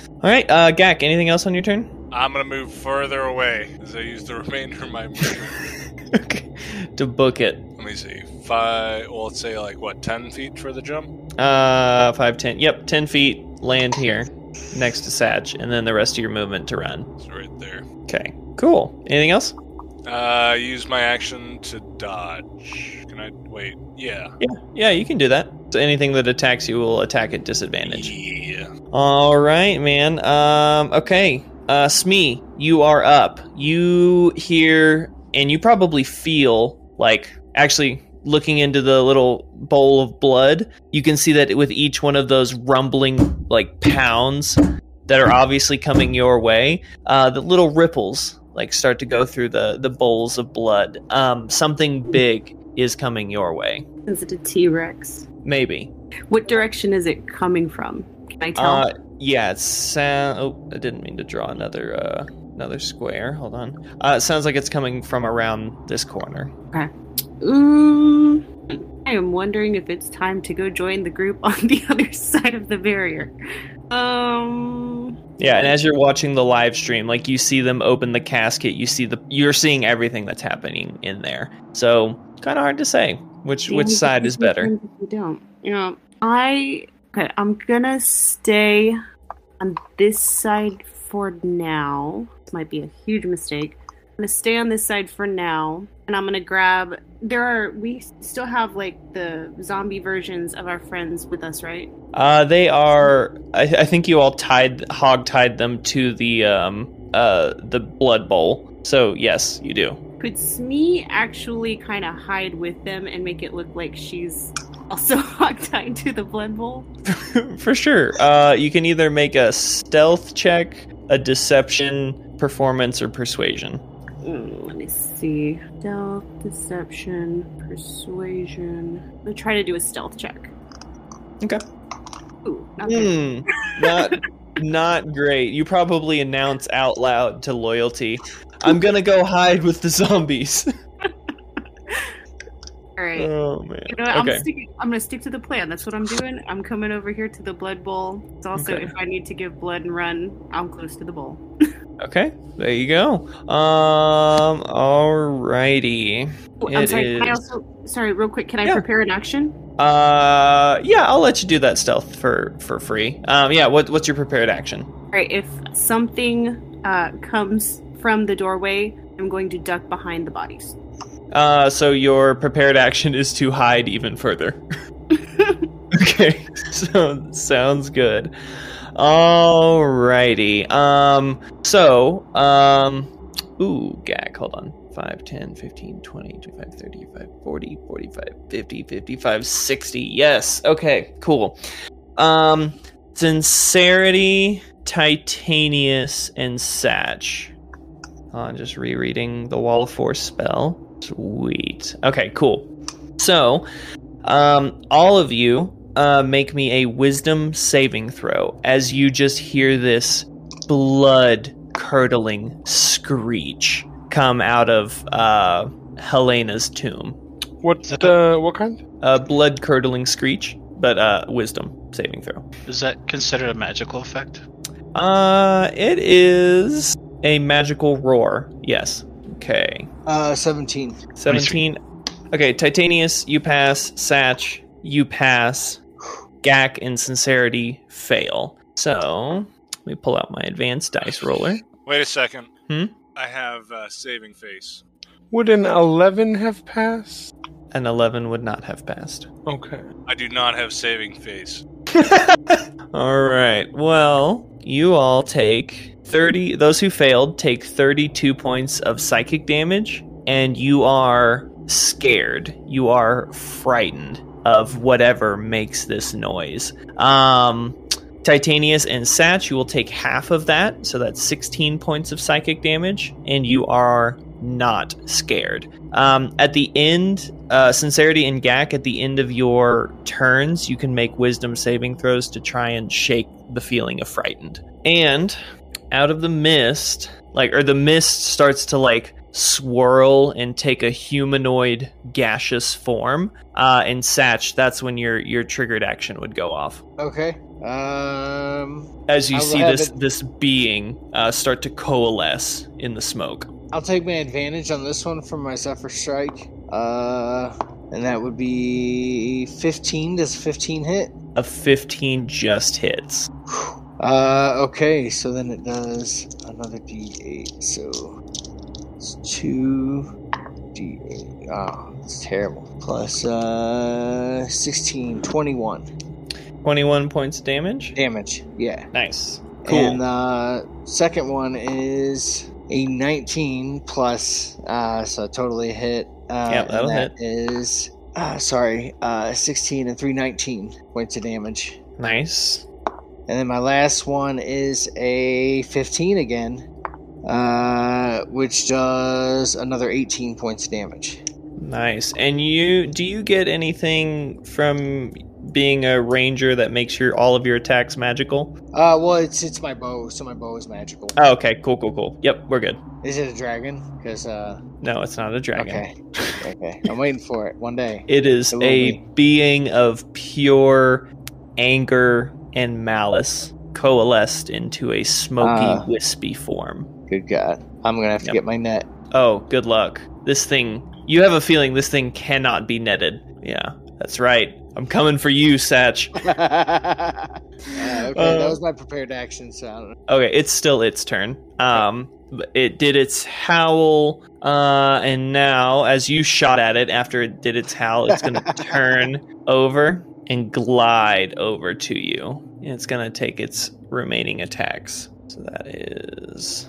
Speaker 2: All right, uh, Gak. Anything else on your turn?
Speaker 5: I'm gonna move further away as I use the *laughs* remainder of my movement.
Speaker 2: Okay. to book it.
Speaker 5: Let me see. Five. Well, let's say like what, ten feet for the jump.
Speaker 2: Uh, five, ten. Yep, ten feet. Land here, next to Satch, and then the rest of your movement to run.
Speaker 5: It's right there.
Speaker 2: Okay. Cool. Anything else?
Speaker 5: Uh, use my action to dodge. Can I wait? Yeah.
Speaker 2: Yeah, you can do that. So anything that attacks you will attack at disadvantage.
Speaker 5: Yeah.
Speaker 2: All right, man. Um, okay. Uh, Smee, you are up. You hear and you probably feel like actually looking into the little bowl of blood, you can see that with each one of those rumbling like pounds that are obviously coming your way, uh, the little ripples like start to go through the the bowls of blood. Um, something big is coming your way,
Speaker 7: Is it a T Rex?
Speaker 2: maybe.
Speaker 7: What direction is it coming from? Can I tell?
Speaker 2: Uh, yeah, it sound. Oh, I didn't mean to draw another uh, another square. Hold on. Uh, it sounds like it's coming from around this corner.
Speaker 7: Ooh, I am wondering if it's time to go join the group *laughs* on the other side of the barrier. Um,
Speaker 2: Yeah, and as you're watching the live stream, like you see them open the casket, you see the you're seeing everything that's happening in there. So kind of hard to say which which
Speaker 7: maybe
Speaker 2: side
Speaker 7: we
Speaker 2: is better.
Speaker 7: can, if We don't. You know, I okay. I'm gonna stay on this side for now. This might be a huge mistake. I'm gonna stay on this side for now, and I'm gonna grab. There are we still have like the zombie versions of our friends with us, right?
Speaker 2: Uh, they are. I, I think you all tied hog tied them to the um uh the blood bowl. So yes, you do.
Speaker 7: Could Smee actually kind of hide with them and make it look like she's also *laughs* tied to the blood bowl?
Speaker 2: For sure. Uh, you can either make a stealth check, a deception, performance, or persuasion.
Speaker 7: Mm, let me see. Stealth, deception, persuasion. I'm gonna try to do a stealth check.
Speaker 2: Okay.
Speaker 7: Ooh, not good.
Speaker 2: Hmm. Not not great. You probably announce out loud to loyalty. I'm gonna go hide with the zombies.
Speaker 7: All
Speaker 2: *laughs*
Speaker 7: right.
Speaker 2: Oh man.
Speaker 7: You know what, I'm,
Speaker 2: okay.
Speaker 7: sticking, I'm gonna stick to the plan. That's what I'm doing. I'm coming over here to the blood bowl. It's also
Speaker 2: Okay.
Speaker 7: if I need to give blood and run, I'm close to the bowl.
Speaker 2: Okay. There you go. Um. Alrighty.
Speaker 7: Oh, I'm
Speaker 2: It
Speaker 7: sorry. Can I
Speaker 2: is-
Speaker 7: also sorry, real quick. Can I
Speaker 2: Yeah.
Speaker 7: prepare an action?
Speaker 2: Uh. Yeah. I'll let you do that stealth for for free. Um. Yeah. What What's your prepared action?
Speaker 7: All right. If something uh, comes from the doorway, I'm going to duck behind the bodies.
Speaker 2: Uh. So your prepared action is to hide even further. okay. So sounds good. Alrighty. Um. So. Um. Ooh, gag, hold on. 5, 10, 15, 20, 25, 30, 5, 40, 45, 50, 55, 60. Yes. Okay, cool. Um, Sincerity, Titanius, and Satch. Oh, I'm just rereading the Wall of Force spell. Sweet. Okay, cool. So, um, all of you uh, make me a wisdom saving throw as you just hear this blood curdling screech come out of uh, Helena's tomb.
Speaker 1: What
Speaker 3: that
Speaker 1: uh, what kind?
Speaker 2: A blood curdling screech, but uh, wisdom saving throw.
Speaker 3: Is that considered a magical effect?
Speaker 2: Uh, it is a magical roar. Yes. Okay.
Speaker 4: Uh, 17.
Speaker 2: 17. Okay, Titanius, you pass. Satch, you pass. Gak and Sincerity fail. So, let me pull out my advanced dice roller.
Speaker 5: Wait a second.
Speaker 2: Hmm?
Speaker 5: I have uh, saving face.
Speaker 1: Would an eleven have passed?
Speaker 2: An 11 would not have passed.
Speaker 1: Okay.
Speaker 5: I do not have saving face.
Speaker 2: all right. Well, you all take 30 those who failed take 32 points of psychic damage and you are scared. You are frightened of whatever makes this noise. Um Titanius and Satch, you will take half of that, so that's 16 points of psychic damage, and you are not scared. Um, at the end, uh, Sincerity and Gak, at the end of your turns, you can make wisdom saving throws to try and shake the feeling of frightened. And out of the mist, like, or the mist starts to, like, swirl and take a humanoid gaseous form. Uh, and Satch, that's when your, your triggered action would go off
Speaker 4: Okay. Um,
Speaker 2: as you
Speaker 4: I will
Speaker 2: see
Speaker 4: have
Speaker 2: this
Speaker 4: it-
Speaker 2: this being uh, start to coalesce in the smoke.
Speaker 4: I'll take my advantage on this one from my Zephyr Strike. Uh, and that would be 15. Does 15 hit?
Speaker 2: A 15 just hits.
Speaker 4: Uh, okay, so then it does another d8, so it's 2 d8. Oh, it's terrible. Plus, uh, 16, 21
Speaker 2: 21 points of damage.
Speaker 4: damage, yeah.
Speaker 2: Nice. Cool.
Speaker 4: And uh, second one is a 19 plus, uh, so totally hit. Uh,
Speaker 2: Yep, that'll
Speaker 4: and that is, uh, sorry, uh, 16 and 319 points of damage.
Speaker 2: nice.
Speaker 4: And then my last one is a 15 again, uh, which does another 18 points of damage.
Speaker 2: Nice. And you do you get anything from being a ranger that makes your all of your attacks magical?
Speaker 4: Uh, well, it's it's my bow, so my bow is magical.
Speaker 2: Oh, okay, cool, cool, cool. Yep, we're good.
Speaker 4: Is it a dragon? Because uh,
Speaker 2: No, it's not a dragon.
Speaker 4: okay, okay, I'm waiting for it
Speaker 2: *laughs*
Speaker 4: one day.
Speaker 2: It is
Speaker 4: It will
Speaker 2: a
Speaker 4: be.
Speaker 2: being of pure anger and malice coalesced into a smoky,
Speaker 4: Ah.
Speaker 2: wispy form.
Speaker 4: Good God, I'm gonna have to
Speaker 2: Yep.
Speaker 4: get my net.
Speaker 2: Oh, good luck. This thing, you have a feeling this thing cannot be netted. Yeah, that's right. I'm coming for you, Satch.
Speaker 4: *laughs* Uh, okay,
Speaker 2: Uh,
Speaker 4: that was my prepared action sound.
Speaker 2: Okay, it's still its turn. Um, but it did its howl, uh, and now as you shot at it after it did its howl, it's gonna turn over and glide over to you, and it's gonna take its remaining attacks. So that is,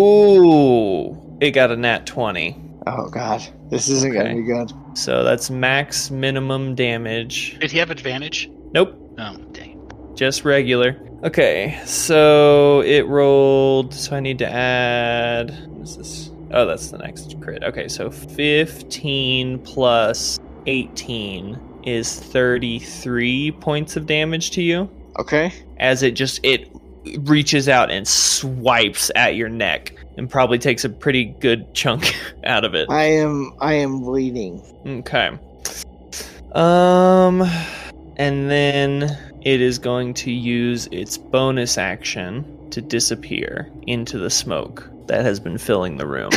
Speaker 2: ooh, it got a nat twenty.
Speaker 4: Oh God, this isn't
Speaker 2: Okay.
Speaker 4: gonna be good.
Speaker 2: So that's max minimum damage.
Speaker 3: Did he have advantage?
Speaker 2: Nope.
Speaker 3: Oh, dang.
Speaker 2: just regular. Okay, so it rolled. So I need to add. What's this? Oh, that's the next crit. Okay, so 15 plus 18 is 33 points of damage to you
Speaker 4: Okay,
Speaker 2: as it just it reaches out and swipes at your neck and probably takes a pretty good chunk *laughs* out of it.
Speaker 4: I am I am bleeding.
Speaker 2: Okay. Um, and then it is going to use its bonus action to disappear into the smoke that has been filling the room.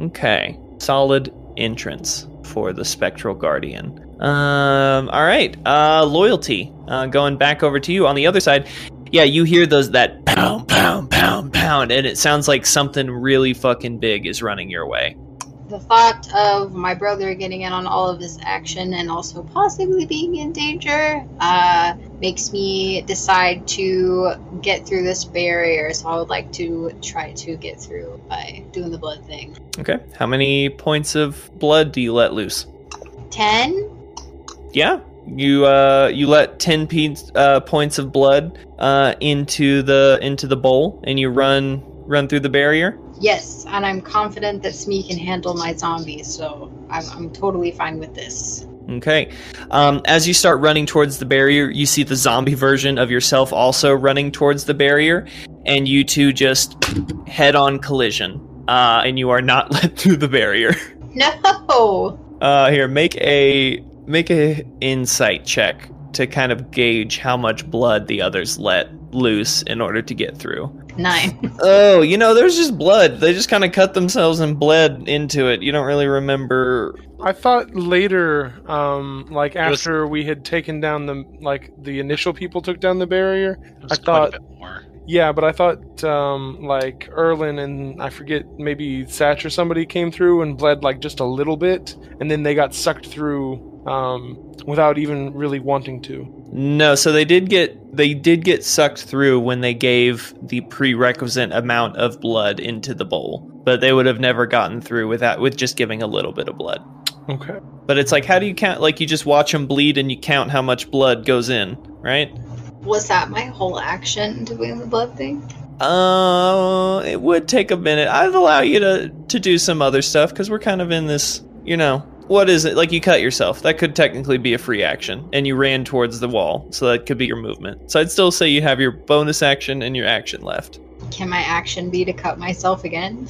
Speaker 2: okay. Solid entrance for the spectral guardian. Um, all right. Uh, loyalty. Uh, going back over to you on the other side. Yeah, you hear those that pound, pound, pound, pound, and it sounds like something really fucking big is running your way.
Speaker 8: The thought of my brother getting in on all of this action and also possibly being in danger uh, makes me decide to get through this barrier. So I would like to try to get through by doing the blood thing.
Speaker 2: Okay. How many points of blood do you let loose?
Speaker 8: Ten?
Speaker 2: Yeah. You uh you let 10 pe- uh, points of blood uh into the into the bowl and you run run through the barrier.
Speaker 8: Yes, and I'm confident that Smee can handle my zombies, so I'm, I'm totally fine with this.
Speaker 2: Okay. Um, as you start running towards the barrier, you see the zombie version of yourself also running towards the barrier, and you two just head on collision. Uh, and you are not *laughs* let through the barrier.
Speaker 8: No!
Speaker 2: Uh, here, make a make a insight check to kind of gauge how much blood the others let loose in order to get through.
Speaker 8: Nine.
Speaker 2: Oh, you know, there's just blood. They just kind of cut themselves and bled into it. You don't really remember.
Speaker 1: I thought later, um, like
Speaker 3: was-
Speaker 1: after we had taken down the like the initial people took down the barrier.
Speaker 3: It was
Speaker 1: I
Speaker 3: quite
Speaker 1: thought-
Speaker 3: a bit more.
Speaker 1: Yeah, but I thought um, like Erlin and I forget maybe Satch or somebody came through and bled like just a little bit, and then they got sucked through um, without even really wanting to.
Speaker 2: No, so they did get they did get sucked through when they gave the prerequisite amount of blood into the bowl, but they would have never gotten through without with just giving a little bit of blood.
Speaker 1: Okay.
Speaker 2: But it's like, how do you count? Like you just watch them bleed and you count how much blood goes in, right?
Speaker 8: Was that my whole action doing the blood thing?
Speaker 2: Uh, it would take a minute. I'd allow you to to do some other stuff because we're kind of in this, you know, what is it? Like you cut yourself. That could technically be a free action, and you ran towards the wall, so that could be your movement. So I'd still say you have your bonus action and your action left *laughs*
Speaker 8: Can my action be to cut myself again?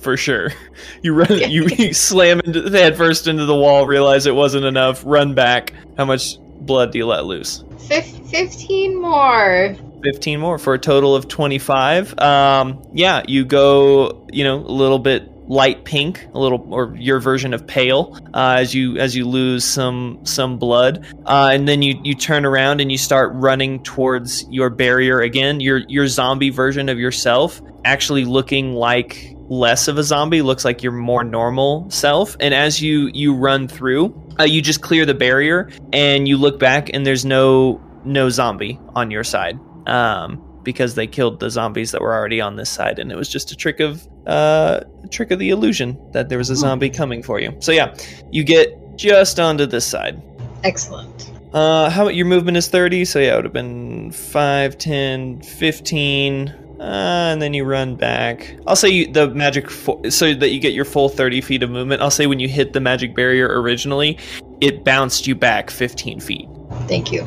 Speaker 2: for sure. *laughs* You run, you, you slam into head first into the wall, realize it wasn't enough, run back. How much blood do you let loose?
Speaker 8: Fif- Fifteen more.
Speaker 2: 15 more for a total of 25 um yeah you go you know a little bit light pink a little or your version of pale uh, as you as you lose some some blood uh, and then you you turn around and you start running towards your barrier again your your zombie version of yourself actually looking like less of a zombie looks like your more normal self and as you you run through uh, you just clear the barrier and you look back and there's no no zombie on your side um, because they killed the zombies that were already on this side, and it was just a trick of uh, a trick of the illusion that there was a zombie coming for you. So yeah, you get just onto this side.
Speaker 8: Excellent.
Speaker 2: Uh, how about your movement is 30, so yeah, it would have been 5, 10, 15, uh, and then you run back. I'll say you, the magic, fo- so that you get your full 30 feet of movement. I'll say when you hit the magic barrier originally, it bounced you back 15 feet.
Speaker 8: Thank you.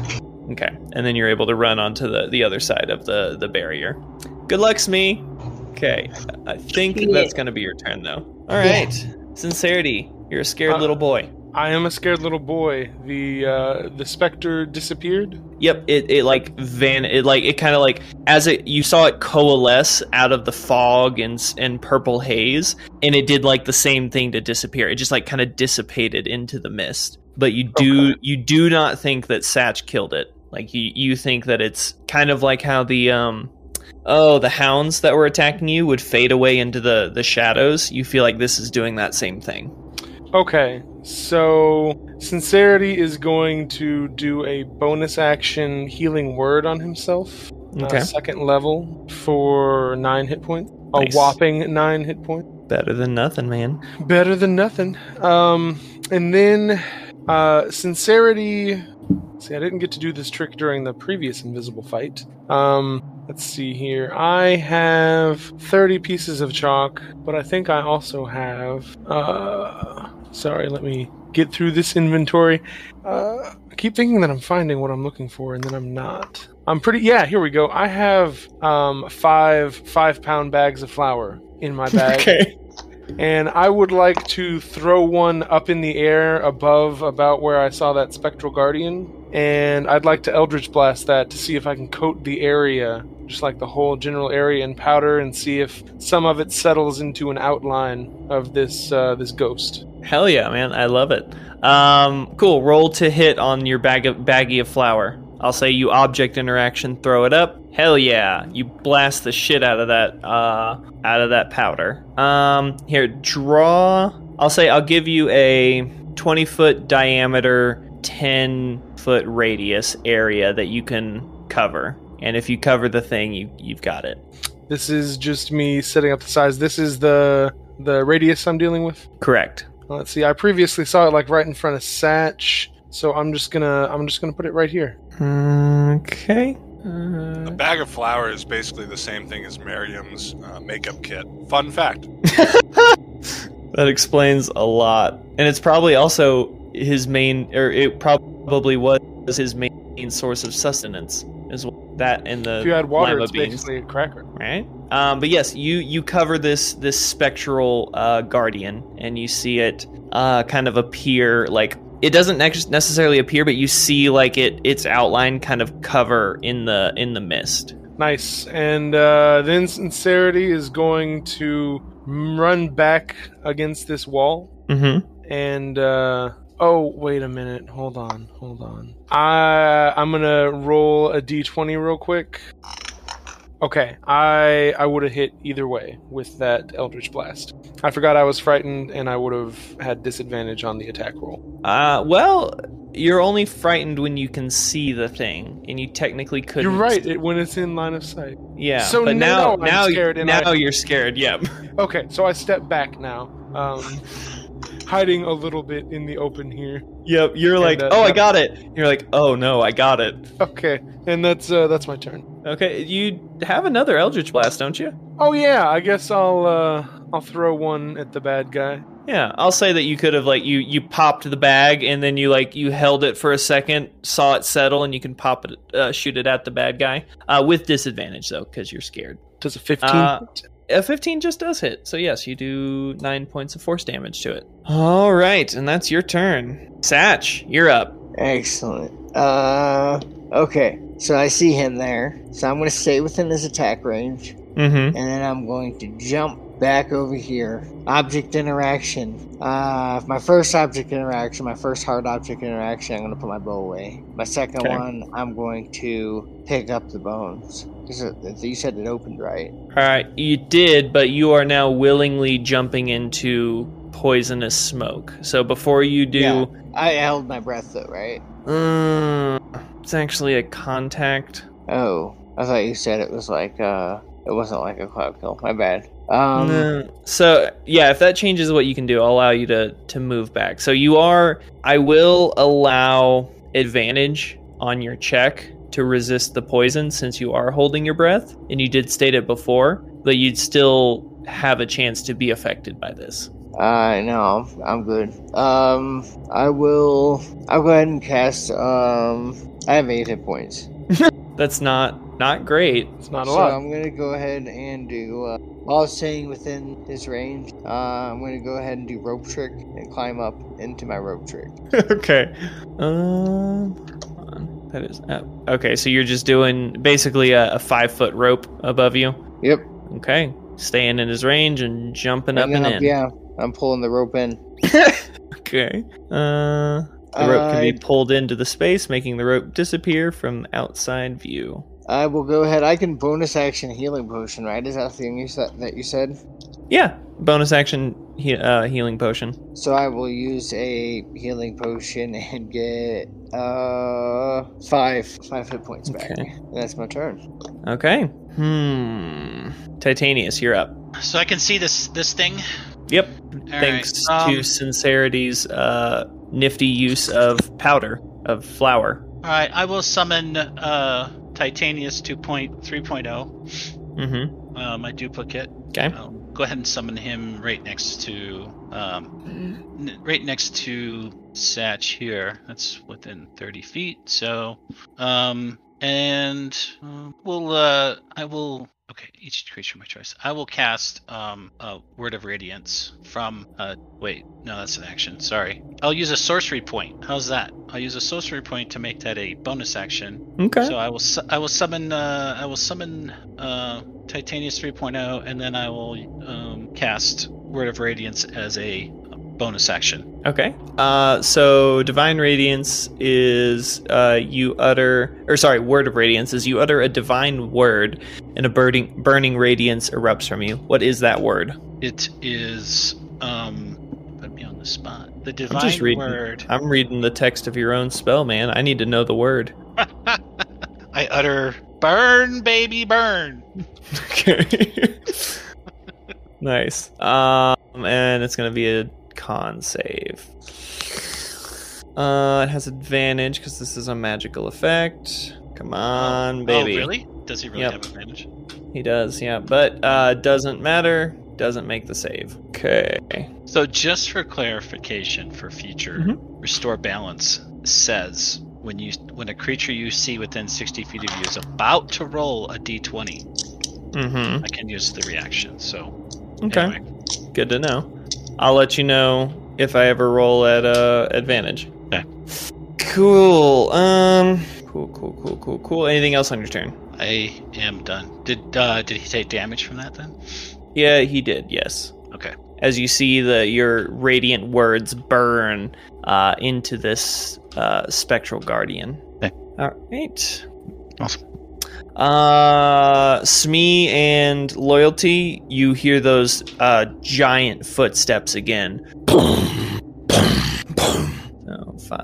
Speaker 2: Okay, and then you're able to run onto the the other side of the the barrier. Good luck, Smee. Okay, I think
Speaker 8: Yeah.
Speaker 2: that's gonna be your turn though. All
Speaker 8: Yeah.
Speaker 2: right, sincerity. You're a scared
Speaker 1: Uh.
Speaker 2: little boy.
Speaker 1: I am a scared little boy. The uh, the specter disappeared.
Speaker 2: Yep, it, it like van it like it kind of like as it you saw it coalesce out of the fog and s- and purple haze, and it did like the same thing to disappear. It just like kind of dissipated into the mist. But you do you do not think that Satch killed it. Like you you think that it's kind of like how the um oh the hounds that were attacking you would fade away into the the shadows. You feel like this is doing that same thing.
Speaker 1: Okay, so sincerity is going to do a bonus action healing word on himself. uh,
Speaker 2: Okay,
Speaker 1: second level for nine hit points. A
Speaker 2: Nice.
Speaker 1: whopping nine hit points.
Speaker 2: better than nothing, man.
Speaker 1: Better than nothing. Um, and then uh, sincerity. See, I didn't get to do this trick during the previous invisible fight. Um, let's see here. I have 30 pieces of chalk, but I think I also have. Uh, sorry, let me get through this inventory. Uh, I keep thinking that I'm finding what I'm looking for, and then I'm not. I'm pretty. Yeah, here we go. I have um, five five pound bags of flour. in my bag.
Speaker 2: Okay.
Speaker 1: And I would like to throw one up in the air above about where I saw that spectral guardian. And I'd like to Eldritch Blast that to see if I can coat the area, just like the whole general area in powder, and see if some of it settles into an outline of this uh, this ghost.
Speaker 2: Hell yeah, man. I love it. Um, cool. Roll to hit on your bag of, baggie of flour. I'll say you object interaction, throw it up. Hell yeah. You blast the shit out of that uh, out of that powder. Um, here, draw. I'll say I'll give you a 20 foot diameter, 10 foot radius area that you can cover. And if you cover the thing, you, you've got it.
Speaker 1: This is just me setting up the size. This is the the radius I'm dealing with.
Speaker 2: Correct.
Speaker 1: Let's see. I previously saw it like right in front of Satch, so I'm just gonna I'm just gonna put it right here.
Speaker 2: Okay.
Speaker 5: A
Speaker 2: Uh,
Speaker 5: bag of flour is basically the same thing as Miriam's uh, makeup kit. Fun fact.
Speaker 2: That explains a lot. And it's probably also his main, or it probably was his main source of sustenance, is that and the
Speaker 1: If you add water,
Speaker 2: lima
Speaker 1: it's
Speaker 2: beans,
Speaker 1: basically a cracker.
Speaker 2: right? Um, but yes, you you cover this this spectral uh, guardian, and you see it uh, kind of appear like it doesn't nec- necessarily appear, but you see like it its outline kind of cover in the in the mist.
Speaker 1: Nice. And uh, then sincerity is going to run back against this wall
Speaker 2: Mm-hmm.
Speaker 1: and uh, oh wait a minute hold on hold on i i'm gonna roll a d20 real quick okay i i would have hit either way with that eldritch blast i forgot i was frightened and i would have had disadvantage on the attack roll
Speaker 2: Uh, well, you're only frightened when you can see the thing, and you technically couldn't.
Speaker 1: you're right it, when it's in line of sight
Speaker 2: Yeah.
Speaker 1: So
Speaker 2: but
Speaker 1: now
Speaker 2: now,
Speaker 1: I'm
Speaker 2: now,
Speaker 1: scared and
Speaker 2: now
Speaker 1: I-
Speaker 2: you're scared. Yeah.
Speaker 1: okay so i step back now um hiding a little bit in the open here
Speaker 2: *laughs* Yep. You're
Speaker 1: And,
Speaker 2: like,
Speaker 1: uh,
Speaker 2: oh, I
Speaker 1: that-
Speaker 2: got it. You're like, oh no, I got it.
Speaker 1: okay and that's uh that's my turn
Speaker 2: Okay, you have another Eldritch Blast, don't you?
Speaker 1: Oh yeah, I guess I'll uh I'll throw one at the bad guy.
Speaker 2: Yeah, I'll say that you could have like you you popped the bag and then you like you held it for a second, saw it settle, and you can pop it, uh, shoot it at the bad guy uh, with disadvantage though because you're scared.
Speaker 1: Does a fifteen?
Speaker 2: Uh, A 15 just does hit, so yes, you do nine points of force damage to it. All right, and that's your turn. Satch, you're up.
Speaker 4: Excellent. Uh, okay. So I see him there. So I'm going to stay within his attack range,
Speaker 2: Mm-hmm.
Speaker 4: and then I'm going to jump back over here. Object interaction. Uh, my first object interaction, my first hard object interaction, I'm going to put my bow away. My second
Speaker 2: Okay.
Speaker 4: one, I'm going to pick up the bones. 'Cause it- You said it opened, right?
Speaker 2: All right, you did, but you are now willingly jumping into poisonous smoke. So before you do.
Speaker 4: Yeah. I held my breath though, right?
Speaker 2: Uh, it's actually a contact.
Speaker 4: Oh, I thought you said it was like uh, it wasn't like a cloud kill. My bad. Um,
Speaker 2: No. Mm, So yeah, if that changes what you can do, I'll allow you to to move back. So you are. I will allow advantage on your check to resist the poison since you are holding your breath, and you did state it before, but you'd still have a chance to be affected by this.
Speaker 4: Uh, no, I'm, I'm good. Um, I will. I'll go ahead and cast. Um, I have eight hit points.
Speaker 2: That's not not great.
Speaker 1: It's not a
Speaker 4: so
Speaker 1: lot.
Speaker 4: I'm gonna go ahead and do. Uh, while staying within his range, uh, I'm gonna go ahead and do rope trick and climb up into my rope trick.
Speaker 2: *laughs* okay. Um, hold on. that is up. Okay, so you're just doing basically a, a five foot rope above you.
Speaker 4: Yep.
Speaker 2: Okay, staying in his range and jumping up
Speaker 4: And then
Speaker 2: and
Speaker 4: up-
Speaker 2: in.
Speaker 4: yeah, I'm pulling the rope in.
Speaker 2: Okay. Uh, the rope can be pulled into the space, making the rope disappear from outside view.
Speaker 4: Uh, I, I will go ahead. I can bonus action healing potion, right? Is that the thing you said that you said?
Speaker 2: Yeah, bonus action he- uh, healing potion.
Speaker 4: So I will use a healing potion and get uh five five hit points back.
Speaker 2: Okay.
Speaker 4: That's my turn.
Speaker 2: Okay. Hmm. Titanius, you're up.
Speaker 3: So I can see this this thing.
Speaker 2: Yep.
Speaker 3: All
Speaker 2: Thanks
Speaker 3: right,
Speaker 2: to
Speaker 3: um,
Speaker 2: Sincerity's uh, nifty use of powder of flour.
Speaker 3: All right, I will summon uh, Titanius 2.3.0,
Speaker 2: Mm-hmm.
Speaker 3: uh, my duplicate.
Speaker 2: Okay.
Speaker 3: I'll go ahead and summon him right next to um, n- right next to Satch here. That's within 30 feet. So, um, and um, uh, we'll uh, I will Okay, each creature of my choice. I will cast um, a Word of Radiance from. Uh, wait, no, that's an action. Sorry. I'll use a sorcery point. How's that? I'll use a sorcery point to make that a bonus action.
Speaker 2: Okay.
Speaker 3: So I will. Su- I will summon. Uh, I will summon uh, Titanius 3.0, and then I will um, cast Word of Radiance as a bonus action.
Speaker 2: Okay. Uh, so divine radiance is uh, you utter, or sorry, word of radiance is you utter a divine word, and a burning burning radiance erupts from you. What is that word?
Speaker 3: It is. Um, put me on the spot. The
Speaker 2: just
Speaker 3: divine
Speaker 2: reading.
Speaker 3: word.
Speaker 2: I'm reading the text of your own spell, man. I need to know the word. *laughs*
Speaker 3: I utter burn, baby, burn.
Speaker 2: Okay. *laughs* nice. Um, and it's gonna be a con save. Uh, it has advantage because this is a magical effect. Come on, baby.
Speaker 3: Oh, really? Does he really
Speaker 2: Yep.
Speaker 3: have advantage?
Speaker 2: He does, yeah, but uh, doesn't matter. Doesn't make the save. Okay.
Speaker 3: So, just for clarification for future, restore balance says when you when a creature you see within 60 feet of you is about to roll a d20,
Speaker 2: Mm-hmm.
Speaker 3: I can use the reaction. So,
Speaker 2: Okay.
Speaker 3: anyway,
Speaker 2: Good to know. I'll let you know if I ever roll at uh, advantage.
Speaker 3: Okay.
Speaker 2: Cool. Um. Cool. Cool. Cool. Cool. Cool. Anything else on your turn?
Speaker 3: I am done. Did uh, did he take damage from that then?
Speaker 2: Yeah, he did. Yes.
Speaker 3: Okay.
Speaker 2: As you see the your radiant words burn uh, into this uh, spectral guardian.
Speaker 3: Okay.
Speaker 2: All right.
Speaker 3: Awesome.
Speaker 2: Uh, Smee and Loyalty, you hear those uh, giant footsteps again. So 5,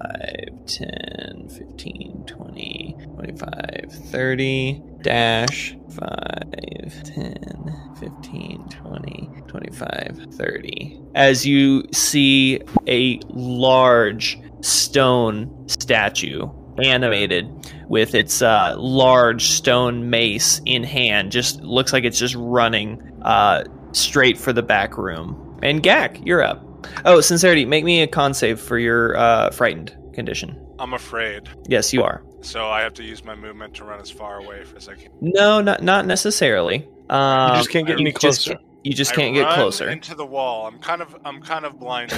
Speaker 2: 10, 15, 20, 25, 30, dash, 5, 10, 15, 20, 25, 30. As you see a large stone statue animated with its uh, large stone mace in hand. Just looks like it's just running uh, straight for the back room. And Gak, you're up. Oh, sincerity, make me a con save for your uh, frightened condition.
Speaker 5: I'm afraid,
Speaker 2: Yes, you are.
Speaker 5: so I have to use my movement to run as far away as I can.
Speaker 2: No, not not necessarily. Um,
Speaker 1: you just can't get
Speaker 5: I-
Speaker 1: any
Speaker 2: you just
Speaker 1: closer.
Speaker 2: can't- you just
Speaker 5: I
Speaker 2: can't get
Speaker 5: run
Speaker 2: closer.
Speaker 5: into the wall. I'm kind of I'm kind of blinded.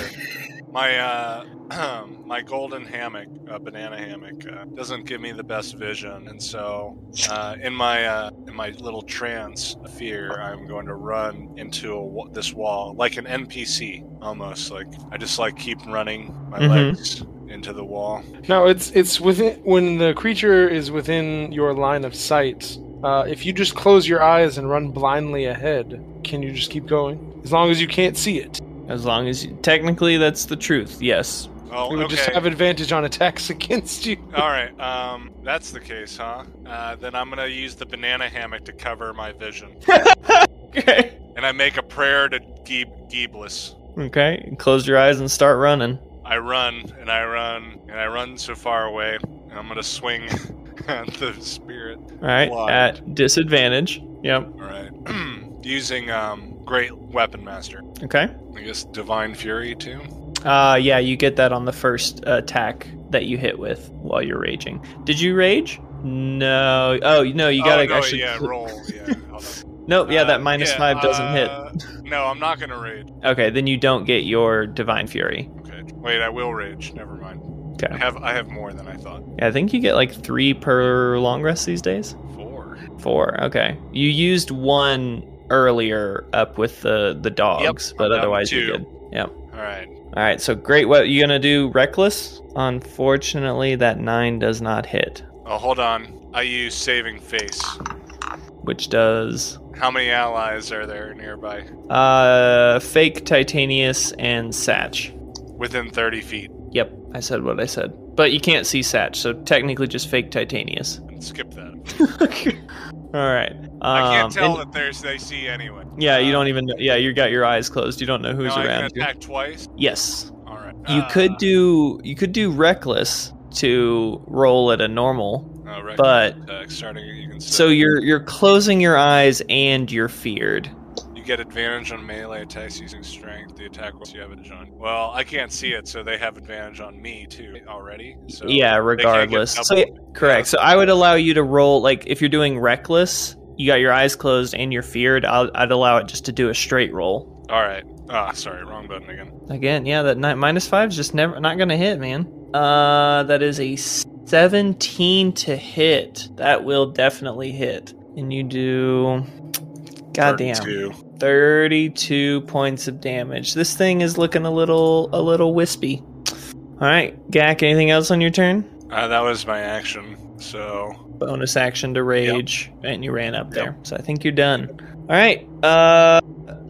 Speaker 5: my uh, *clears throat* my golden hammock, uh, banana hammock, uh, doesn't give me the best vision, and so uh, in my uh, in my little trance of fear, I'm going to run into a, wa- this wall like an NPC almost. Like I just like keep running my
Speaker 2: Mhm.
Speaker 5: legs into the wall.
Speaker 1: Now it's it's within when the creature is within your line of sight. Uh, if you just close your eyes and run blindly ahead, can you just keep going as long as you can't see it?
Speaker 2: as long as you, technically that's the truth.
Speaker 5: *laughs*
Speaker 2: Yes.
Speaker 5: Well,
Speaker 1: We would
Speaker 5: okay.
Speaker 1: just have advantage on attacks *laughs* against you.
Speaker 5: All right, um, that's the case, huh? Uh, then I'm gonna use the banana hammock to cover my vision,
Speaker 2: Okay.
Speaker 5: and I make a prayer to Geeb Geebless.
Speaker 2: Okay. Close your eyes and start running.
Speaker 5: I run and I run and I run so far away, and I'm gonna swing *laughs* at the spirit.
Speaker 2: All right.
Speaker 5: Wide.
Speaker 2: At disadvantage. Yep.
Speaker 5: All right, *clears throat* using um, great weapon master.
Speaker 2: Okay.
Speaker 5: I guess divine fury too.
Speaker 2: Uh, yeah, you get that on the first attack that you hit with while you're raging. Did you rage? No. Oh, no, you gotta
Speaker 5: oh, no,
Speaker 2: actually. *laughs*
Speaker 5: yeah, roll. Yeah, hold on.
Speaker 2: Nope, *laughs* yeah, that
Speaker 5: Uh,
Speaker 2: minus
Speaker 5: yeah,
Speaker 2: five doesn't hit.
Speaker 5: uh, No, I'm not gonna rage.
Speaker 2: Okay, then you don't get your Divine Fury.
Speaker 5: Okay, wait, I will rage. Never mind.
Speaker 2: Okay.
Speaker 5: I have I have more than I thought.
Speaker 2: Yeah, I think you get like three per long rest these days.
Speaker 5: Four.
Speaker 2: Four, okay. You used one earlier up with the, the dogs, but
Speaker 5: down to
Speaker 2: otherwise
Speaker 5: two.
Speaker 2: you're good. Yep.
Speaker 5: All right.
Speaker 2: All right, so great. What you gonna do? Reckless? Unfortunately, that nine does not hit,
Speaker 5: Oh, hold on. I use saving face.
Speaker 2: which does
Speaker 5: How many allies are there nearby?
Speaker 2: Uh, fake Titanius and Satch.
Speaker 5: Within 30 feet.
Speaker 2: Yep, I said what I said. But you can't see Satch, so technically just fake Titanius.
Speaker 5: Skip that.
Speaker 2: All right. Um,
Speaker 5: I can't tell
Speaker 2: and-
Speaker 5: that there's they see anyway.
Speaker 2: yeah, you
Speaker 5: Uh,
Speaker 2: don't even. Yeah, you got your eyes closed. You don't know who's
Speaker 5: now I Uh,
Speaker 2: around
Speaker 5: can
Speaker 2: you.
Speaker 5: attack twice.
Speaker 2: Yes,
Speaker 5: All right.
Speaker 2: you could do. You could do reckless to roll at a normal. but-
Speaker 5: attack uh, starting you can
Speaker 2: So
Speaker 5: you
Speaker 2: you're you're closing your eyes and you're feared.
Speaker 5: you get advantage on melee attacks using strength. The attack rolls you have advantage on. Well, I can't see it, so they have advantage on me too already.
Speaker 2: yeah,
Speaker 5: So they can't get
Speaker 2: regardless. So,
Speaker 5: double-
Speaker 2: yeah, correct. So I would allow you to roll like if you're doing reckless, you got your eyes closed and you're feared, I'll, I'd allow it just to do a straight roll.
Speaker 5: All right. Ah, sorry, wrong button again.
Speaker 2: Again, yeah, that nine, minus five's just never not gonna hit, man. Uh, that is a seventeen to hit. That will definitely hit, and you do. Goddamn,
Speaker 5: 32.
Speaker 2: thirty-two points of damage. This thing is looking a little a little wispy. All right, Gak. Anything else on your turn?
Speaker 5: Uh, that was my action. So
Speaker 2: bonus action to rage, and you ran up there. So I think you're done. All right, uh,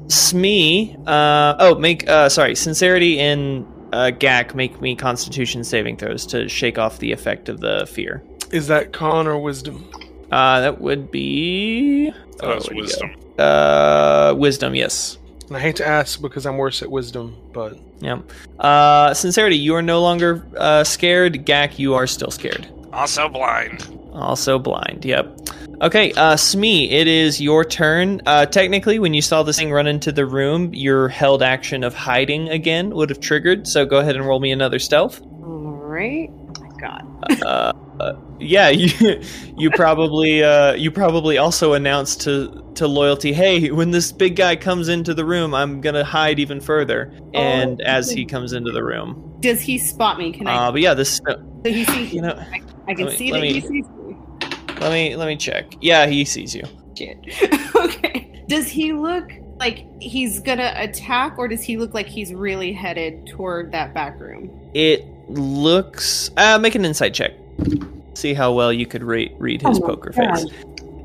Speaker 2: Smee. Uh, oh, make uh, sorry, sincerity and uh, Gak make me Constitution saving throws to shake off the effect of the fear.
Speaker 1: Is that con or wisdom?
Speaker 2: Uh, that would be
Speaker 5: that
Speaker 2: oh, where'd
Speaker 5: was
Speaker 2: it go?
Speaker 5: wisdom.
Speaker 2: Uh, wisdom, yes.
Speaker 1: And I hate to ask because I'm worse at wisdom, but
Speaker 2: Uh, sincerity, you are no longer uh, scared. Gak, you are still scared.
Speaker 5: Also blind.
Speaker 2: Also blind. Yep. Okay, uh, Smee, it is your turn. Uh, technically, when you saw this thing run into the room, your held action of hiding again would have triggered. So go ahead and roll me another stealth. *laughs*
Speaker 7: All right. Oh my god.
Speaker 2: Uh, uh, yeah, *laughs* you you probably uh, you probably also announced to to loyalty, hey, when this big guy comes into the room, I'm gonna hide even further. And
Speaker 7: Oh.
Speaker 2: as he comes into the room,
Speaker 7: Does he spot me? Can I?
Speaker 2: uh, but yeah, this
Speaker 7: Does he see?
Speaker 2: you know,
Speaker 7: I can
Speaker 2: let me-
Speaker 7: see
Speaker 2: let
Speaker 7: that he
Speaker 2: me-
Speaker 7: sees me.
Speaker 2: let me let me check. Yeah, he sees you.
Speaker 7: Shit. *laughs* okay. Does he look like he's gonna attack, or does he look like he's really headed toward that back room?
Speaker 2: It looks. Uh, make an insight check. See how well you could re- read his
Speaker 7: Oh my
Speaker 2: poker
Speaker 7: God.
Speaker 2: face.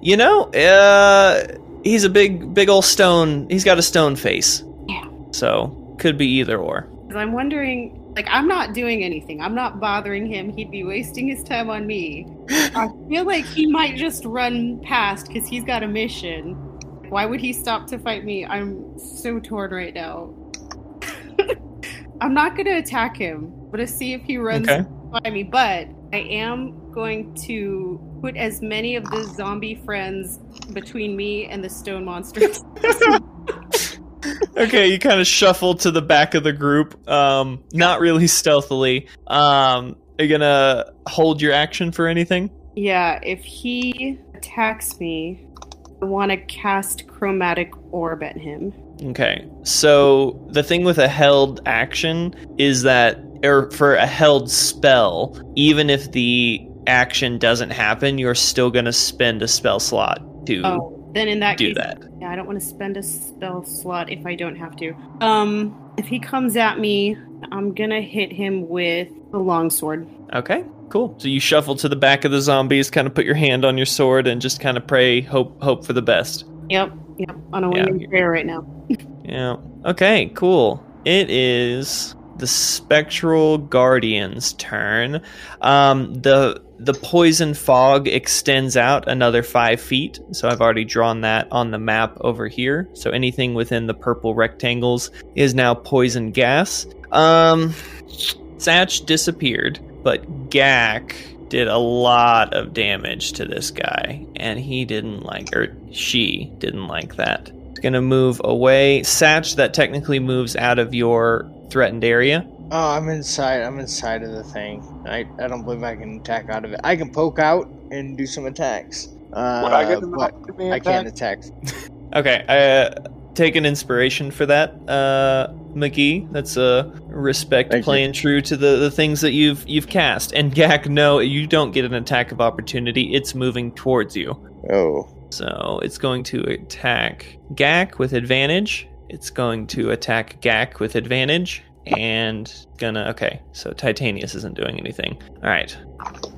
Speaker 2: You know, uh, he's a big, big old stone. He's got a stone face.
Speaker 7: Yeah.
Speaker 2: So could be either or. *laughs*
Speaker 7: 'Cause I'm wondering. Like I'm not doing anything. I'm not bothering him. He'd be wasting his time on me. I feel like he might just run past because he's got a mission. Why would he stop to fight me? I'm so torn right now. *laughs* I'm not gonna attack him. I'm gonna see if he runs
Speaker 2: Okay.
Speaker 7: by me, but I am going to put as many of the zombie friends between me and the stone monster.
Speaker 2: okay, you kind of shuffle to the back of the group, um, not really stealthily. Um, are you gonna hold your action for anything?
Speaker 7: yeah, if he attacks me, I want to cast chromatic orb at him.
Speaker 2: Okay. So the thing with a held action is that, or for a held spell, even if the action doesn't happen, you're still going to spend a spell slot to
Speaker 7: Oh, then in that
Speaker 2: do
Speaker 7: case,
Speaker 2: that.
Speaker 7: Yeah, I don't want to spend a spell slot if I don't have to. Um, if he comes at me, I'm gonna hit him with the longsword.
Speaker 2: Okay. Cool. So you shuffle to the back of the zombies, kind of put your hand on your sword, and just kind of pray, hope, hope for the best.
Speaker 7: Yep, yep. On a
Speaker 2: Yeah.
Speaker 7: wing prayer right now. *laughs*
Speaker 2: Yeah. Okay, cool. It is the spectral guardian's turn. Um, the the poison fog extends out another five feet, so I've already drawn that on the map over here. So anything within the purple rectangles is now poison gas. Um, Satch disappeared, but Gak did a lot of damage to this guy, and he didn't like, or she didn't like that. It's gonna move away. Satch, that technically moves out of your threatened area.
Speaker 4: Oh, I'm inside. I'm inside of the thing. I, I don't believe I can attack out of it. I can poke out and do some attacks. Uh,
Speaker 9: Would I get an
Speaker 4: but
Speaker 9: opportunity
Speaker 4: I can't
Speaker 9: attack?
Speaker 4: attack.
Speaker 2: Okay, uh, take an inspiration for that, uh, McGee. That's a respect
Speaker 4: Thank you.
Speaker 2: playing true to the, the things that you've you've cast. And Gak, no, you don't get an attack of opportunity. It's moving towards you.
Speaker 4: Oh,
Speaker 2: So it's going to attack Gak with advantage. It's going to attack Gak with advantage. And gonna okay, so Titanius isn't doing anything. Alright.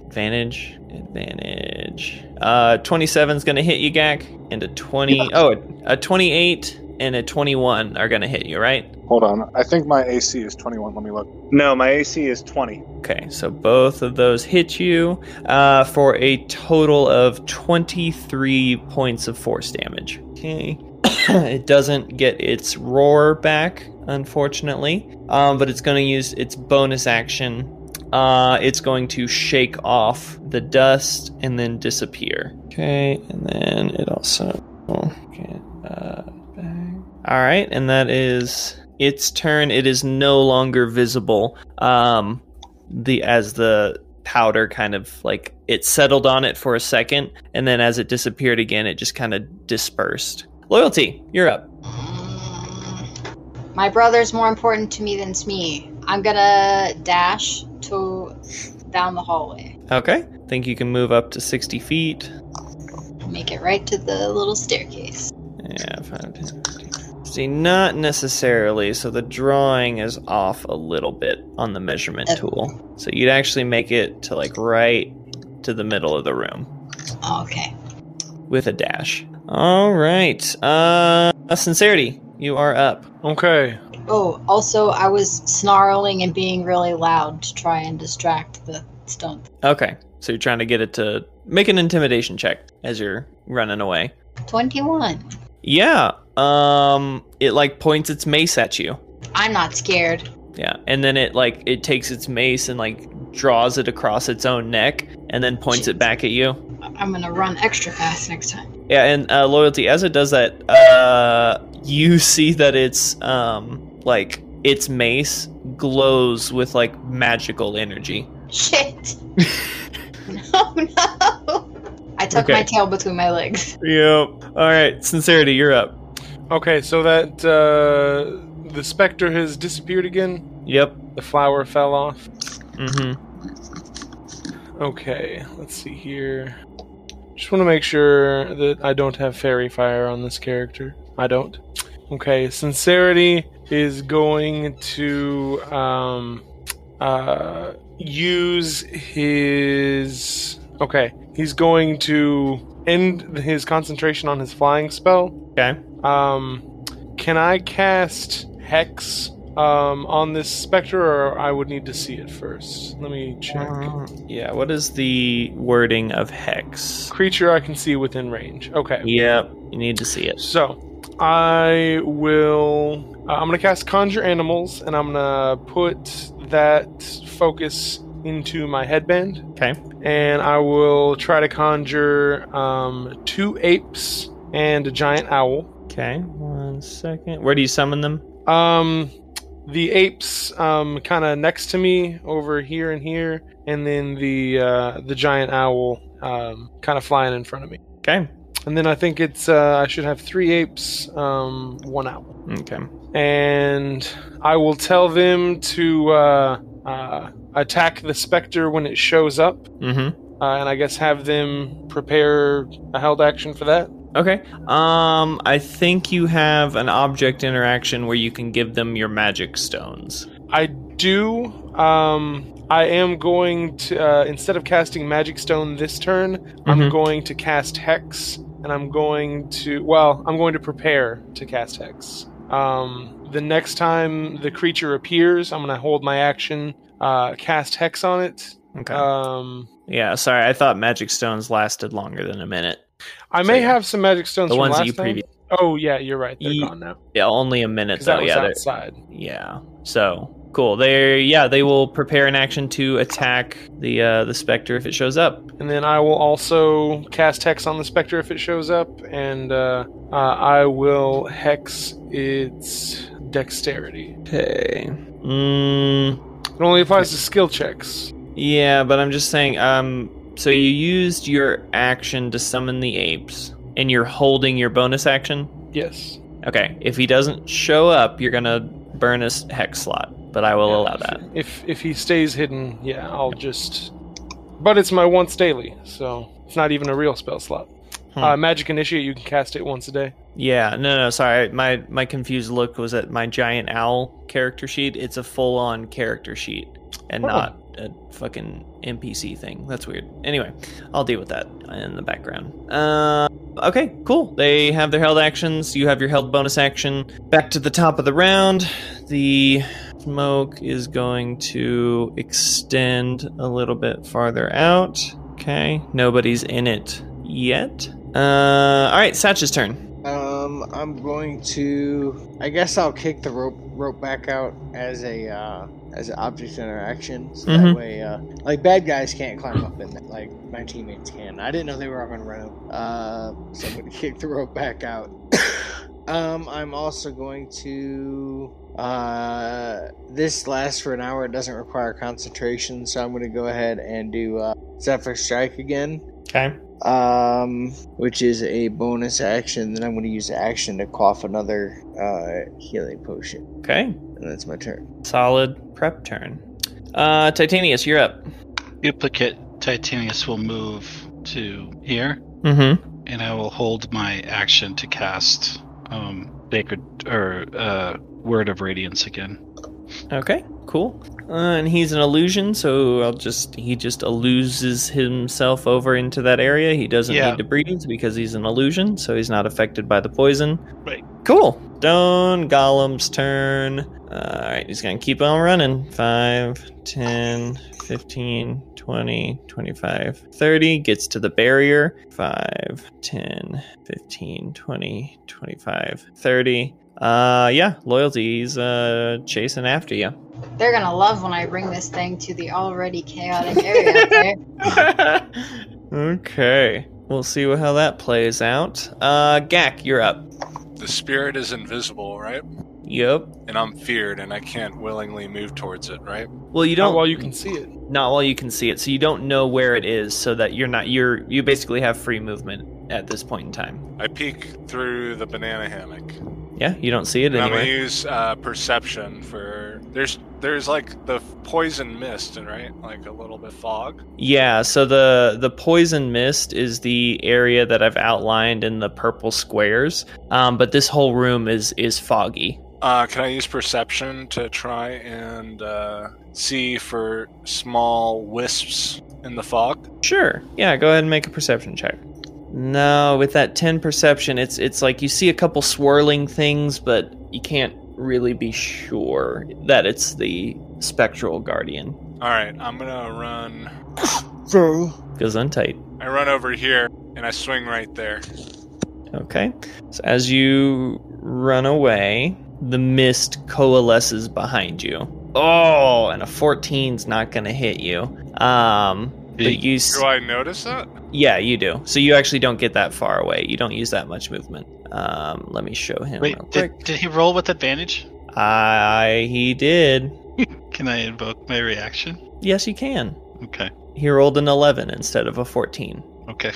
Speaker 2: Advantage, advantage. Uh 27's gonna hit you, Gak, and a 20 oh a 28 and a 21 are gonna hit you, right?
Speaker 9: Hold on. I think my AC is 21. Let me look. No, my AC is 20.
Speaker 2: Okay, so both of those hit you uh, for a total of 23 points of force damage. Okay. *coughs* it doesn't get its roar back, unfortunately, um, but it's going to use its bonus action. Uh, it's going to shake off the dust and then disappear. Okay, and then it also. Oh, okay, uh, back. All right, and that is its turn. It is no longer visible. Um, the as the powder kind of like it settled on it for a second, and then as it disappeared again, it just kind of dispersed. Loyalty, you're up.
Speaker 8: My brother's more important to me than to me. I'm gonna dash to down the hallway.
Speaker 2: Okay. Think you can move up to 60 feet.
Speaker 8: Make it right to the little staircase.
Speaker 2: Yeah, 5, 10, 15. See, not necessarily. So the drawing is off a little bit on the measurement tool. So you'd actually make it to like right to the middle of the room
Speaker 8: Okay.
Speaker 2: with a dash. All right. Uh, sincerity, you are up.
Speaker 1: Okay.
Speaker 8: Oh, also I was snarling and being really loud to try and distract the stump.
Speaker 2: Okay. So you're trying to get it to make an intimidation check as you're running away.
Speaker 8: Twenty-one.
Speaker 2: Yeah. Um, it like points its mace at you.
Speaker 8: I'm not scared.
Speaker 2: Yeah, and then it like it takes its mace and like draws it across its own neck, and then points it back at you.
Speaker 8: I'm gonna run extra fast next time.
Speaker 2: Yeah, and uh, loyalty as it does that, uh, you *laughs* see that it's um like its mace glows with like magical energy.
Speaker 8: Shit. no, no. I tuck
Speaker 2: Okay.
Speaker 8: my tail between my legs.
Speaker 2: Yep. All right, sincerity, you're up.
Speaker 1: Okay, so that uh, the specter has disappeared again.
Speaker 2: Yep.
Speaker 1: The flower fell off.
Speaker 2: Mm-hmm.
Speaker 1: Okay, let's see here. Just want to make sure that I don't have fairy fire on this character. I don't. Okay, sincerity is going to um, uh, use his. Okay, he's going to end his concentration on his flying spell
Speaker 2: Okay.
Speaker 1: um, can I cast Hex um, on this specter, or I would need to see it first? Let me check.
Speaker 2: Uh, Yeah. What is the wording of hex?
Speaker 1: Creature I can see within range. Okay.
Speaker 2: Yep. You need to see it.
Speaker 1: So I will. uh, I'm gonna cast Conjure Animals, and I'm gonna put that focus into my headband.
Speaker 2: Okay.
Speaker 1: and I will try to conjure um, two apes and a giant owl.
Speaker 2: Okay. One second. Where do you summon them?
Speaker 1: Um, the apes um, kind of next to me over here and here, and then the uh, the giant owl um, kind of flying in front of me.
Speaker 2: Okay.
Speaker 1: And then I think it's uh, I should have three apes, um, one owl,
Speaker 2: Okay.
Speaker 1: and I will tell them to uh, uh, attack the specter when it shows up,
Speaker 2: Mm-hmm.
Speaker 1: uh, and I guess have them prepare a held action for that.
Speaker 2: Okay. Um, I think you have an object interaction where you can give them your magic stones.
Speaker 1: I do. Um, I am going to uh, instead of casting Magic Stone this turn, I'm
Speaker 2: Mhm.
Speaker 1: going to cast Hex, and I'm going to well, I'm going to prepare to cast Hex. Um, the next time the creature appears, I'm going to hold my action, uh, cast Hex on it.
Speaker 2: Okay.
Speaker 1: Um,
Speaker 2: yeah. Sorry, I thought magic stones lasted longer than a minute.
Speaker 1: I
Speaker 2: So,
Speaker 1: may
Speaker 2: yeah.
Speaker 1: have some Magic Stones
Speaker 2: The
Speaker 1: from
Speaker 2: ones that
Speaker 1: last
Speaker 2: you
Speaker 1: time.
Speaker 2: previous.
Speaker 1: Oh yeah, you're right. They're
Speaker 2: Ye-
Speaker 1: gone now
Speaker 2: Yeah, only a minute
Speaker 1: because that
Speaker 2: though.
Speaker 1: was
Speaker 2: Yeah. they're-
Speaker 1: outside.
Speaker 2: Yeah. So cool. They yeah they will prepare an action to attack the uh, the specter if it shows up.
Speaker 1: And then I will also cast Hex on the Spectre if it shows up, and uh, uh, I will Hex its Dexterity.
Speaker 2: Okay. Mm,
Speaker 1: It only applies to skill checks.
Speaker 2: Yeah, but I'm just saying. Um, so you used your action to summon the apes, and you're holding your bonus action.
Speaker 1: Yes.
Speaker 2: Okay, if he doesn't show up, you're gonna burn his hex slot, but I will
Speaker 1: Yeah,
Speaker 2: allow
Speaker 1: if-
Speaker 2: that.
Speaker 1: If if he stays hidden, yeah, I'll just. But it's my once daily, so it's not even a real spell slot.
Speaker 2: Hmm.
Speaker 1: Uh, Magic Initiate, you can cast it once a day.
Speaker 2: Yeah, no, no, sorry. My my confused look was at my giant owl character sheet. It's a full on character sheet and
Speaker 1: Oh.
Speaker 2: not a fucking NPC thing. That's weird. Anyway, I'll deal with that in the background. Uh, okay, cool. They have their held actions. You have your held bonus action. Back to the top of the round. The smoke is going to extend a little bit farther out. Okay, nobody's in it yet. Uh, all right, Satch's turn.
Speaker 4: Um, I'm going to. I guess I'll kick the rope rope back out as a uh, as an object interaction. So
Speaker 2: Mhm.
Speaker 4: That way, uh, like bad guys can't climb up in it. Like my *laughs* teammates can. I didn't know they were up and running. Uh, so I'm gonna kick the rope back out. *coughs* Um, I'm also going to. Uh, this lasts for an hour. It doesn't require concentration, so I'm going to go ahead and do uh, Zephyr Strike again.
Speaker 2: Okay.
Speaker 4: Um, which is a bonus action. Then I'm going to use action to quaff another uh, healing potion,
Speaker 2: Okay.
Speaker 4: and that's my turn.
Speaker 2: Solid prep turn. Uh, Titanius, you're up.
Speaker 3: Duplicate Titanius will move to here,
Speaker 2: Mm-hmm.
Speaker 3: and I will hold my action to cast um, Sacred or uh, Word of Radiance again.
Speaker 2: Okay. Cool. Uh, and he's an illusion, so I'll just he just illuses himself over into that area. He doesn't
Speaker 3: Yeah.
Speaker 2: need to breathe because he's an illusion, so he's not affected by the poison.
Speaker 3: Right.
Speaker 2: Cool. Stone Golem's turn. Uh, all right, he's going to keep on running. 5, 10, 15, 20, 25, 30. Gets to the barrier. 5, 10, 15, 20, 25, 30. Uh, yeah, loyalty. He's uh, chasing after *laughs* you.
Speaker 8: They're gonna love when I bring this thing to the already chaotic
Speaker 2: *laughs*
Speaker 8: area out there.
Speaker 2: okay. We'll see wh- how that plays out. Uh, Gak, you're up.
Speaker 5: The spirit is invisible, right?
Speaker 2: Yep.
Speaker 5: And I'm feared, and I can't willingly move towards it, right?
Speaker 2: Well, you
Speaker 1: Not
Speaker 2: don't
Speaker 1: while you can see it.
Speaker 2: not while you can see it so you don't know where it is so that you're not you're you basically have free movement at this point in time
Speaker 5: I peek through the banana hammock.
Speaker 2: yeah you don't see it
Speaker 5: And I'm gonna
Speaker 2: anywhere
Speaker 5: use uh, perception for there's there's like the poison mist, right? Like a little bit fog.
Speaker 2: yeah so the the poison mist is the area that i've outlined in the purple squares um, but this whole room is is foggy
Speaker 5: Uh, can I use perception to try and uh, see for small wisps in the fog?
Speaker 2: Sure. Yeah, go ahead and make a perception check. No, with that 10 perception, it's it's like you see a couple swirling things, but you can't really be sure that it's the spectral guardian.
Speaker 5: All right, I'm gonna run.
Speaker 4: So
Speaker 2: Goes untight.
Speaker 5: I run over here and I swing right there.
Speaker 2: Okay. So as you run away, the mist coalesces behind you. Oh, and a 14's not going to hit you. Um, but you s-
Speaker 5: Do I notice that?
Speaker 2: yeah, you do. So you actually don't get that far away. You don't use that much movement. Um, let me show him
Speaker 3: Wait,
Speaker 2: real quick.
Speaker 3: did, did he roll with advantage?
Speaker 2: I he did.
Speaker 3: Can I invoke my reaction?
Speaker 2: Yes, you can.
Speaker 3: Okay.
Speaker 2: He rolled an 11 instead of a 14.
Speaker 3: Okay.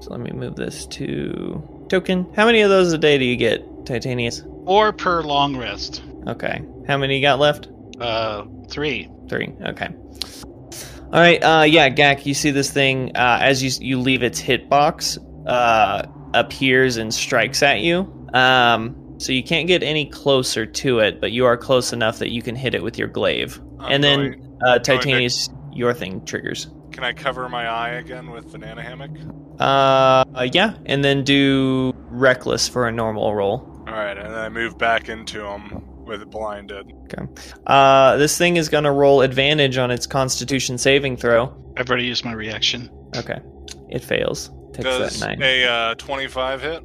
Speaker 2: So let me move this to token. How many of those a day do you get, Titanius?
Speaker 3: Four per long rest.
Speaker 2: Okay. How many you got left?
Speaker 3: Uh, three.
Speaker 2: Three. Okay. All right. Uh, yeah, Gak. You see this thing uh, as you you leave its hitbox uh, appears and strikes at you. Um, so you can't get any closer to it, but you are close enough that you can hit it with your glaive.
Speaker 5: I'm
Speaker 2: and
Speaker 5: going-
Speaker 2: then uh,
Speaker 5: going
Speaker 2: Titanius, your thing triggers.
Speaker 5: can I cover my eye again with banana hammock?
Speaker 2: Uh, uh, yeah, and then do reckless for a normal roll.
Speaker 5: All right, and then I move back into him with blinded.
Speaker 2: Uh, this thing is gonna roll advantage on its Constitution saving throw.
Speaker 3: I've already used my reaction.
Speaker 2: Okay, it fails. Takes
Speaker 5: Does
Speaker 2: that nine.
Speaker 5: a uh, 25 hit?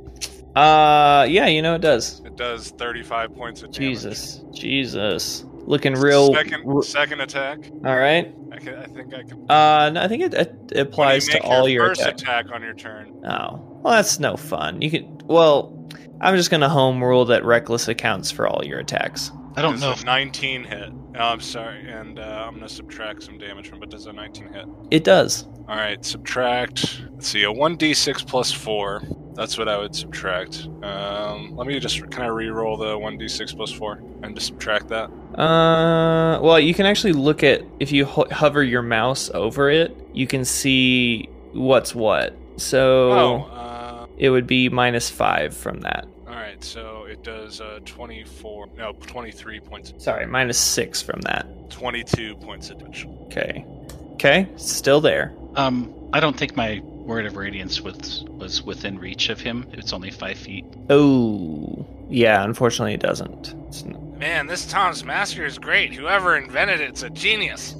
Speaker 2: Uh, yeah, you know it does.
Speaker 5: It does 35 points of damage.
Speaker 2: Jesus, Jesus, looking real.
Speaker 5: Second,
Speaker 2: r-
Speaker 5: second attack.
Speaker 2: all right.
Speaker 5: I, can, I think I can.
Speaker 2: Uh, no, I think it, it
Speaker 5: When you
Speaker 2: applies to
Speaker 5: make
Speaker 2: all
Speaker 5: your
Speaker 2: your
Speaker 5: first
Speaker 2: attacks.
Speaker 5: attack on your turn.
Speaker 2: Oh, well, that's no fun. You could. Well, I'm just gonna home rule that reckless accounts for all your attacks.
Speaker 3: I don't
Speaker 5: Does
Speaker 3: know
Speaker 5: a
Speaker 3: if
Speaker 5: 19 hit? Oh, I'm sorry, and uh, I'm gonna subtract some damage from. But does a 19 hit?
Speaker 2: It does.
Speaker 5: All right, subtract. Let's see, a 1d6 plus four. That's what I would subtract. Um, let me just. Can I re-roll the 1d6 plus four and just subtract that?
Speaker 2: Uh, well, you can actually look at if you ho- hover your mouse over it, you can see what's what. So
Speaker 6: Oh.
Speaker 5: uh,
Speaker 2: it would be minus five from that.
Speaker 5: all right. So it does uh, 24. No, 23 points.
Speaker 2: Sorry, minus six from that.
Speaker 5: 22 points of damage.
Speaker 2: Okay, okay, still there.
Speaker 3: um, I don't think my word of radiance was was within reach of him. It's only five feet.
Speaker 2: Oh, yeah. Unfortunately, it doesn't. It's n-
Speaker 6: Man, this Tom's Master is great. Whoever invented it's a genius.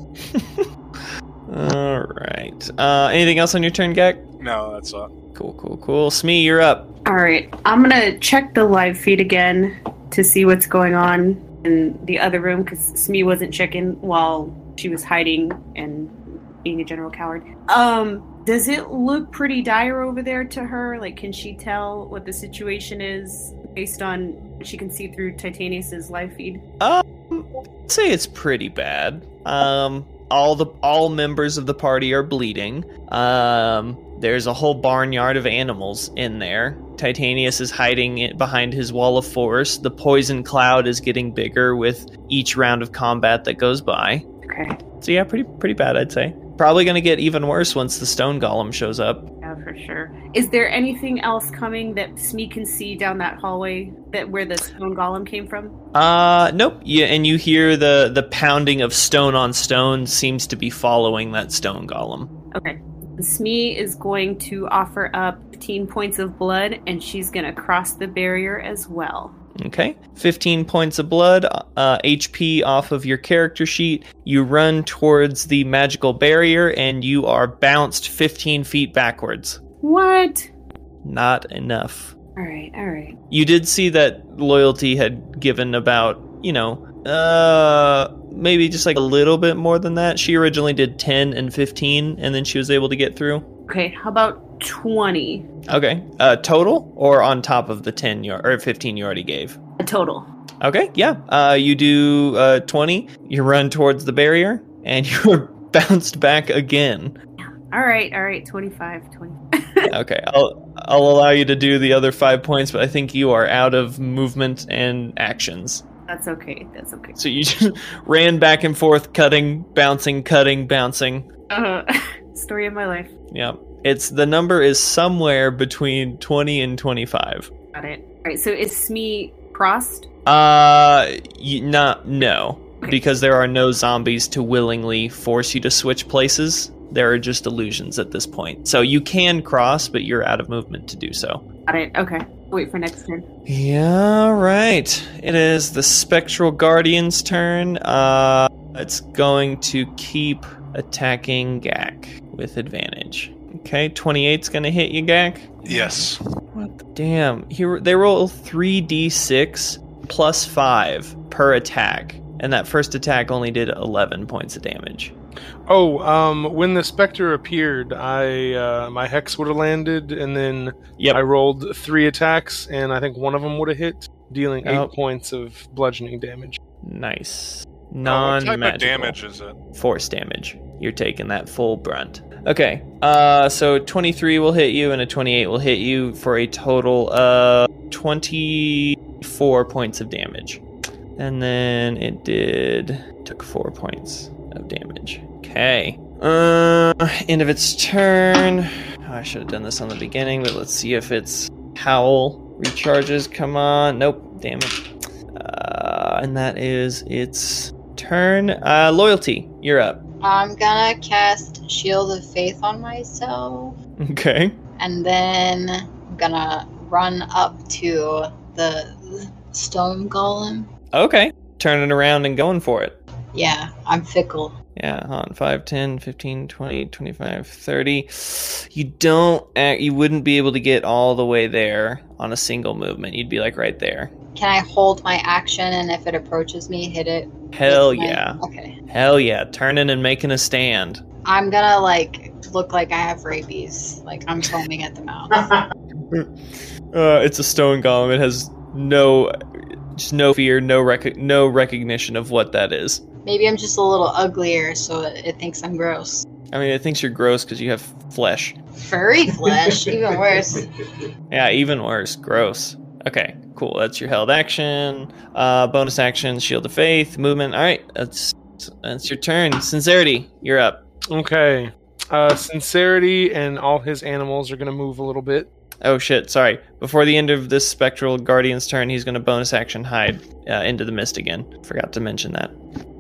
Speaker 2: All right. Uh, anything else on your turn, Gak?
Speaker 5: No, that's all.
Speaker 2: Cool, cool, cool. Smee, you're up.
Speaker 7: All right, I'm gonna check the live feed again to see what's going on in the other room because Smee wasn't checking while she was hiding and being a general coward. Um, does it look pretty dire over there to her? Like, can she tell what the situation is? based on what she can see through Titanius's live feed.
Speaker 2: Um, I'd say it's pretty bad. Um, all the all members of the party are bleeding. Um, there's a whole barnyard of animals in there. Titanius is hiding it behind his wall of force. The poison cloud is getting bigger with each round of combat that goes by.
Speaker 7: Okay.
Speaker 2: So yeah, pretty pretty bad, I'd say. Probably gonna get even worse once the stone golem shows up.
Speaker 7: Yeah, for sure. Is there anything else coming that Smee can see down that hallway that where the stone golem came from?
Speaker 2: Uh, nope. Yeah, and you hear the the pounding of stone on stone seems to be following that stone golem.
Speaker 7: Okay. Smee is going to offer up 15 points of blood and she's going to cross the barrier as well.
Speaker 2: Okay. 15 points of blood, uh, HP off of your character sheet. You run towards the magical barrier and you are bounced 15 feet backwards.
Speaker 7: What?
Speaker 2: Not enough.
Speaker 7: All right, all right.
Speaker 2: You did see that loyalty had given about, you know, uh, maybe just like a little bit more than that. She originally did 10 and 15, and then she was able to get through.
Speaker 7: Okay, how about 20?
Speaker 2: Okay. Uh, total or on top of the 10 you, or 15 you already gave?
Speaker 7: A total.
Speaker 2: Okay, yeah. Uh, you do uh, 20, you run towards the barrier, and *laughs* you're bounced back again.
Speaker 7: All right, all right, 25, 20.
Speaker 2: okay, I'll, I'll allow you to do the other five points, but I think you are out of movement and actions.
Speaker 7: That's okay. That's okay. *laughs*
Speaker 2: So you *laughs* just ran back and forth, cutting, bouncing, cutting, bouncing.
Speaker 7: Uh, story of my life.
Speaker 2: Yeah. It's the number is somewhere between 20 and 25.
Speaker 7: Got it. All right, so is Smee crossed?
Speaker 2: Uh, you, not, no. Because there are no zombies to willingly force you to switch places. There are just illusions at this point. So you can cross, but you're out of movement to do so.
Speaker 7: Got it. Okay. Wait for next turn.
Speaker 2: Yeah, right. It is the Spectral Guardian's turn. Uh, it's going to keep attacking Gak with advantage. Okay, 28's going to hit you, Gak.
Speaker 5: Yes.
Speaker 2: What the damn? Here they roll 3d6 plus 5 per attack, and that first attack only did 11 points of damage.
Speaker 1: Oh, um, when the specter appeared, I uh, my hex would have landed, and then
Speaker 2: Yep.
Speaker 1: I rolled three attacks, and I think one of them would have hit, dealing eight
Speaker 2: Oh.
Speaker 1: points of bludgeoning damage.
Speaker 2: Nice.
Speaker 5: Now, Oh, what
Speaker 2: Non
Speaker 5: type of
Speaker 2: magical.
Speaker 5: damage is it?
Speaker 2: force damage. You're taking that full brunt. Okay, uh, so 23 will hit you and a 28 will hit you for a total of 24 points of damage. And then it did. took 4 points of damage. Okay. Uh, end of its turn. I should have done this on the beginning, but let's see if it's Howl recharges. Come on. Nope. Damn it. Uh, and that is its turn. Uh, loyalty, you're up.
Speaker 8: I'm gonna cast Shield of Faith on myself,
Speaker 2: Okay.
Speaker 8: and then I'm gonna run up to the stone golem.
Speaker 2: Okay. Turning around and going for it.
Speaker 8: Yeah, I'm fickle.
Speaker 2: Yeah, on 5, 10, 15, 20, 25, 30. You don't, act, you wouldn't be able to get all the way there on a single movement. You'd be like right there.
Speaker 8: Can I hold my action and if it approaches me, hit it?
Speaker 2: Hell
Speaker 8: with my-
Speaker 2: yeah.
Speaker 8: Okay.
Speaker 2: Hell yeah. Turning and making a stand.
Speaker 8: I'm gonna like look like I have rabies. Like I'm foaming at the mouth.
Speaker 2: Uh, it's a stone golem. It has no, just no fear, no rec- no recognition of what that is.
Speaker 8: Maybe I'm just a little uglier, so it, it thinks I'm gross.
Speaker 2: I mean, it thinks you're gross because you have flesh.
Speaker 8: Furry flesh, even worse.
Speaker 2: Yeah, even worse. Gross. Okay, cool. That's your held action. Uh, bonus action, shield of faith, movement. All right, that's that's your turn. Sincerity, you're up.
Speaker 1: Okay. Uh, Sincerity and all his animals are going to move a little bit.
Speaker 2: Oh shit, sorry. Before the end of this spectral guardian's turn, he's going to bonus action hide uh, into the mist again. Forgot to mention that.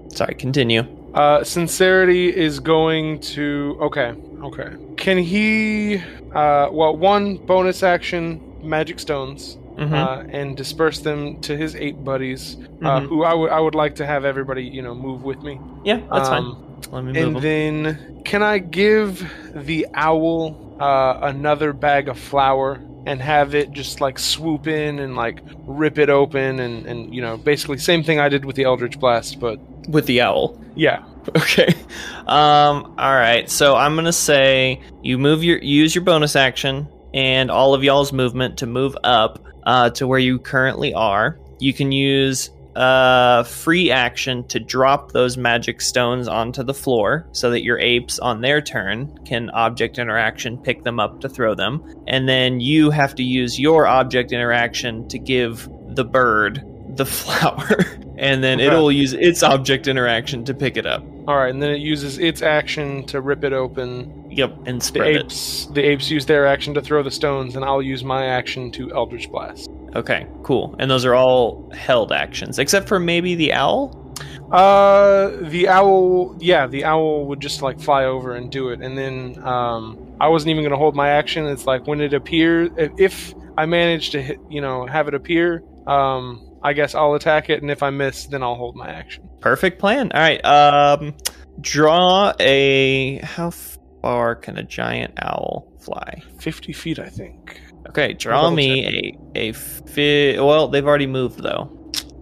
Speaker 2: Sorry. Continue.
Speaker 1: Uh, Sincerity is going to. Okay, okay. Can he. Uh, well, one bonus action, magic stones,
Speaker 2: Mhm.
Speaker 1: uh, and disperse them to his eight buddies, uh,
Speaker 2: Mm-hmm.
Speaker 1: who I would I would like to have everybody, you know, move with me.
Speaker 2: yeah, that's
Speaker 1: Um,
Speaker 2: fine. Let me move
Speaker 1: And
Speaker 2: him.
Speaker 1: then, can I give the owl uh, another bag of flour and have it just like swoop in and like rip it open and, and you know, basically same thing I did with the Eldritch Blast, but
Speaker 2: with the owl.
Speaker 1: yeah.
Speaker 2: *laughs* Okay. Um. All right. So I'm gonna say you move your you use your bonus action and all of y'all's movement to move up uh, to where you currently are. You can use uh, free action to drop those magic stones onto the floor so that your apes on their turn can object interaction pick them up to throw them. And then you have to use your object interaction to give the bird the *laughs* flower. and then
Speaker 1: Okay.
Speaker 2: it'll use its object interaction to pick it up.
Speaker 1: All right, and then it uses its action to rip it open.
Speaker 2: Yep, and
Speaker 1: The
Speaker 2: spread it.
Speaker 1: apes, the apes use their action to throw the stones, and I'll use my action to Eldritch Blast.
Speaker 2: Okay, cool. And those are all held actions, except for maybe the owl.
Speaker 1: Uh, the owl, yeah, the owl would just like fly over and do it, and then um, I wasn't even gonna hold my action. It's like when it appears, if I manage to hit, you know, have it appear, um, I guess I'll attack it, and if I miss, then I'll hold my action.
Speaker 2: Perfect plan. All right. Um, draw a. How far can a giant owl fly?
Speaker 1: Fifty feet, I think.
Speaker 2: Okay, draw
Speaker 1: Double
Speaker 2: me a a fi- Well, they've already moved though.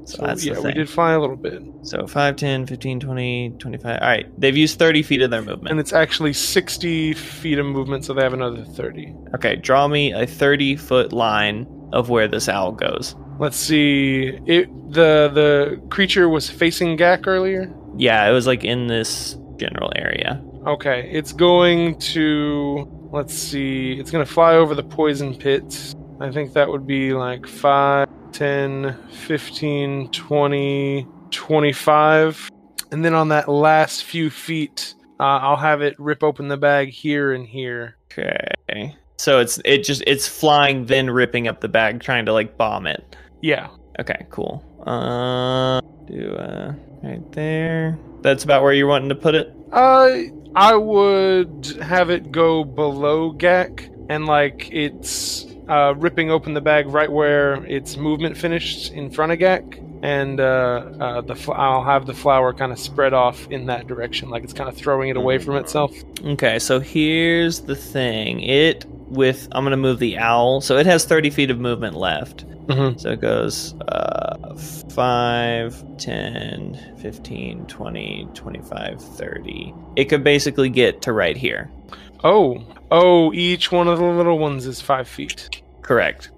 Speaker 2: So,
Speaker 1: So
Speaker 2: that's
Speaker 1: yeah,
Speaker 2: the
Speaker 1: we
Speaker 2: thing.
Speaker 1: did fly a little bit,
Speaker 2: So 5, 10, 15, 20, 25. All right, they've used 30 feet of their
Speaker 1: and
Speaker 2: movement.
Speaker 1: it's actually sixty feet of movement, so they have another thirty.
Speaker 2: Okay, draw me a 30 foot line of where this owl goes.
Speaker 1: Let's see. It the the creature was facing Gak earlier.
Speaker 2: Yeah, it was like in this general area.
Speaker 1: Okay, it's going to let's see. It's going to fly over the poison pit. I think that would be like 5, 10, 15, 20, 25. And then on that last few feet, uh, I'll have it rip open the bag here and here.
Speaker 2: Okay. So it's it just it's flying then ripping up the bag trying to like bomb it.
Speaker 1: Yeah.
Speaker 2: Okay, cool. Uh do uh right there. That's about where you're wanting to put it.
Speaker 1: Uh, I would have it go below Gak, and like it's uh, ripping open the bag right where its movement finished in front of Gak, and uh, uh, the fl- I'll have the flower kind of spread off in that direction, like it's kind of throwing it away from itself.
Speaker 2: Okay, so here's the thing. It with I'm gonna move the owl. So it has 30 feet of movement left.
Speaker 1: Mm-hmm.
Speaker 2: So it goes uh 5, 10, 15, 20, 25, 30. It could basically get to right here.
Speaker 1: Oh, oh, each one of the little ones is five feet.
Speaker 2: Correct.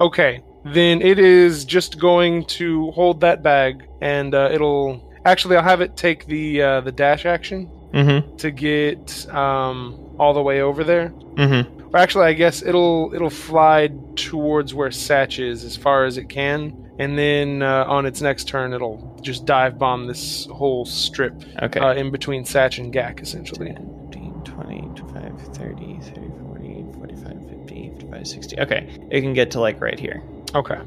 Speaker 1: Okay, then it is just going to hold that bag, and uh, it'll actually I'll have it take the uh, the dash action.
Speaker 2: Mm-hmm.
Speaker 1: to get um, all the way over there.
Speaker 2: Mm-hmm.
Speaker 1: Or actually, I guess it'll it'll fly towards where Satch is as far as it can, and then uh, on its next turn, it'll just dive bomb this whole strip
Speaker 2: Okay.
Speaker 1: uh, in between Satch and Gak, essentially.
Speaker 2: 10, 15, 20, 25, 30, 30, 40, 45, 50, 55, 60. Okay, it can get to like right here.
Speaker 1: Okay.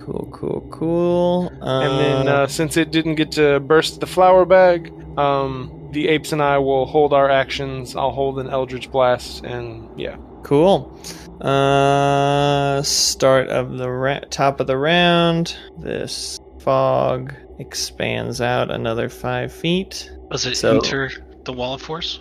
Speaker 2: Cool, cool, cool. Uh,
Speaker 1: And then uh, since it didn't get to burst the flower bag, um, the apes and I will hold our actions. I'll hold an Eldritch Blast, and yeah.
Speaker 2: cool. Uh, start of the ra- top of the round. This fog expands out another five feet.
Speaker 3: Does it
Speaker 2: So-
Speaker 3: enter the wall of force?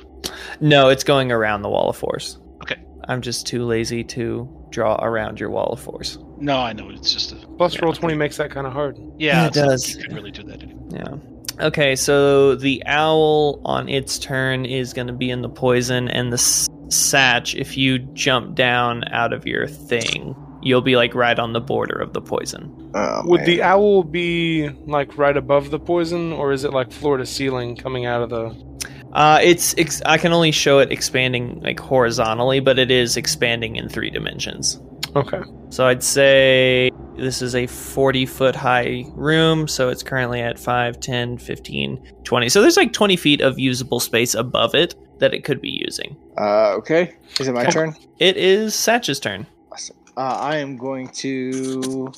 Speaker 2: No, it's going around the wall of force.
Speaker 3: Okay.
Speaker 2: I'm just too lazy to draw around your wall of force.
Speaker 3: No, I know it's just a
Speaker 1: Plus,
Speaker 3: Yeah,
Speaker 1: roll
Speaker 3: okay.
Speaker 1: twenty makes that kind of hard.
Speaker 3: yeah.
Speaker 2: it
Speaker 3: it's not-
Speaker 2: does.
Speaker 3: You could really do that. Anyway.
Speaker 2: Yeah. Okay, so the owl on its turn is going to be in the poison, and the s- satch, if you jump down out of your thing, you'll be like right on the border of the poison.
Speaker 4: Oh,
Speaker 1: Would
Speaker 4: man.
Speaker 1: the owl be like right above the poison, or is it like floor to ceiling coming out of the?
Speaker 4: *laughs*
Speaker 2: Uh, it's ex- I can only show it expanding like horizontally, but it is expanding in three dimensions.
Speaker 1: Okay.
Speaker 2: So I'd say this is a 40 foot high room, so it's currently at 5, 10, 15, 20. So there's like 20 feet of usable space above it that it could be using.
Speaker 4: Uh, okay. Is it my turn?
Speaker 2: It is Satch's turn.
Speaker 4: Uh, I am going to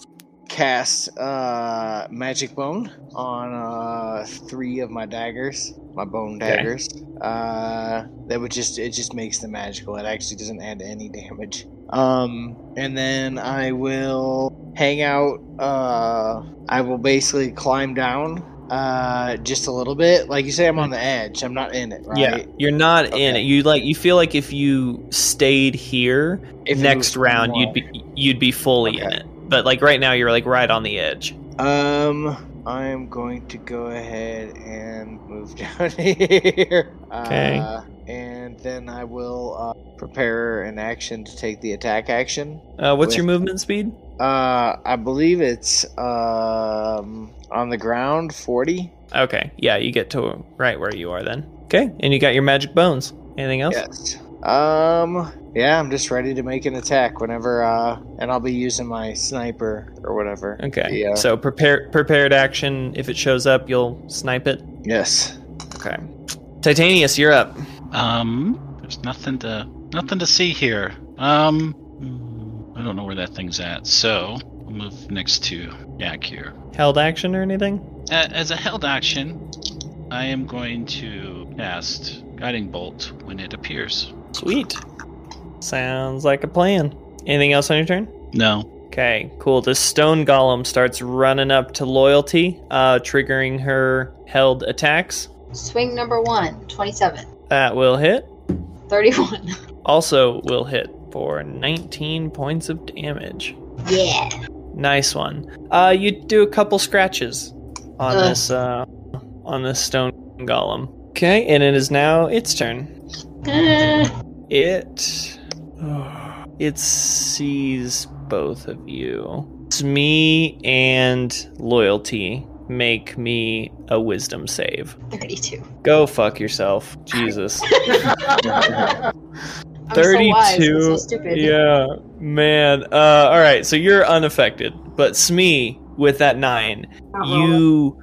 Speaker 4: cast uh, Magic Bone on uh, three of my daggers, my bone
Speaker 2: Okay.
Speaker 4: daggers. Uh, that would just it just makes them magical. It actually doesn't add any damage. Um, and then I will hang out. Uh, I will basically climb down uh, just a little bit. Like you say, I'm on the edge. I'm not in it, right?
Speaker 2: Yeah, you're not in
Speaker 4: Okay.
Speaker 2: it. You like you feel like if you stayed here
Speaker 4: If it
Speaker 2: next
Speaker 4: was
Speaker 2: round,
Speaker 4: more.
Speaker 2: you'd be you'd be fully in
Speaker 4: Okay.
Speaker 2: it. But like right now, you're like right on the edge.
Speaker 4: Um, I am going to go ahead and move *laughs* down here.
Speaker 2: Okay.
Speaker 4: Uh, and then I will uh, prepare an action to take the attack action.
Speaker 2: Uh, what's
Speaker 4: With-
Speaker 2: your movement speed?
Speaker 4: Uh, I believe it's um, on the ground, 40.
Speaker 2: Okay, yeah, you get to right where you are then. Okay, and you got your magic bones. Anything else?
Speaker 4: Yes. Um, yeah, I'm just ready to make an attack whenever, uh, and I'll be using my sniper or whatever.
Speaker 2: Okay.
Speaker 4: Yeah.
Speaker 2: So prepare prepared action. If it shows up, you'll snipe it.
Speaker 4: Yes.
Speaker 2: Okay. Titanius, you're up.
Speaker 3: Um, there's nothing to nothing to see here. Um, mm, I don't know where that thing's at, so I'll move next to Yak here.
Speaker 2: Held action or anything?
Speaker 3: Uh, as a held action, I am going to cast Guiding Bolt when it appears.
Speaker 2: Sweet. Sounds like a plan. Anything else on your turn?
Speaker 3: No.
Speaker 2: Okay, cool. The stone golem starts running up to loyalty, uh, triggering her held attacks.
Speaker 8: Swing number one, 27.
Speaker 2: That will hit.
Speaker 8: 31.
Speaker 2: Also will hit for 19 points of damage.
Speaker 8: *laughs* yeah.
Speaker 2: Nice one. Uh, you do a couple scratches on
Speaker 8: Ugh.
Speaker 2: this uh, on this stone golem. Okay, and it is now its turn.
Speaker 8: Uh,
Speaker 2: It it sees both of you. It's me and loyalty. Make me a wisdom save.
Speaker 8: 32.
Speaker 2: Go fuck yourself, Jesus.
Speaker 8: I'm so wise. I'm so stupid.
Speaker 2: Yeah, man. Uh, all right, so you're unaffected, but Smee with that nine,
Speaker 7: Not rolling.
Speaker 2: you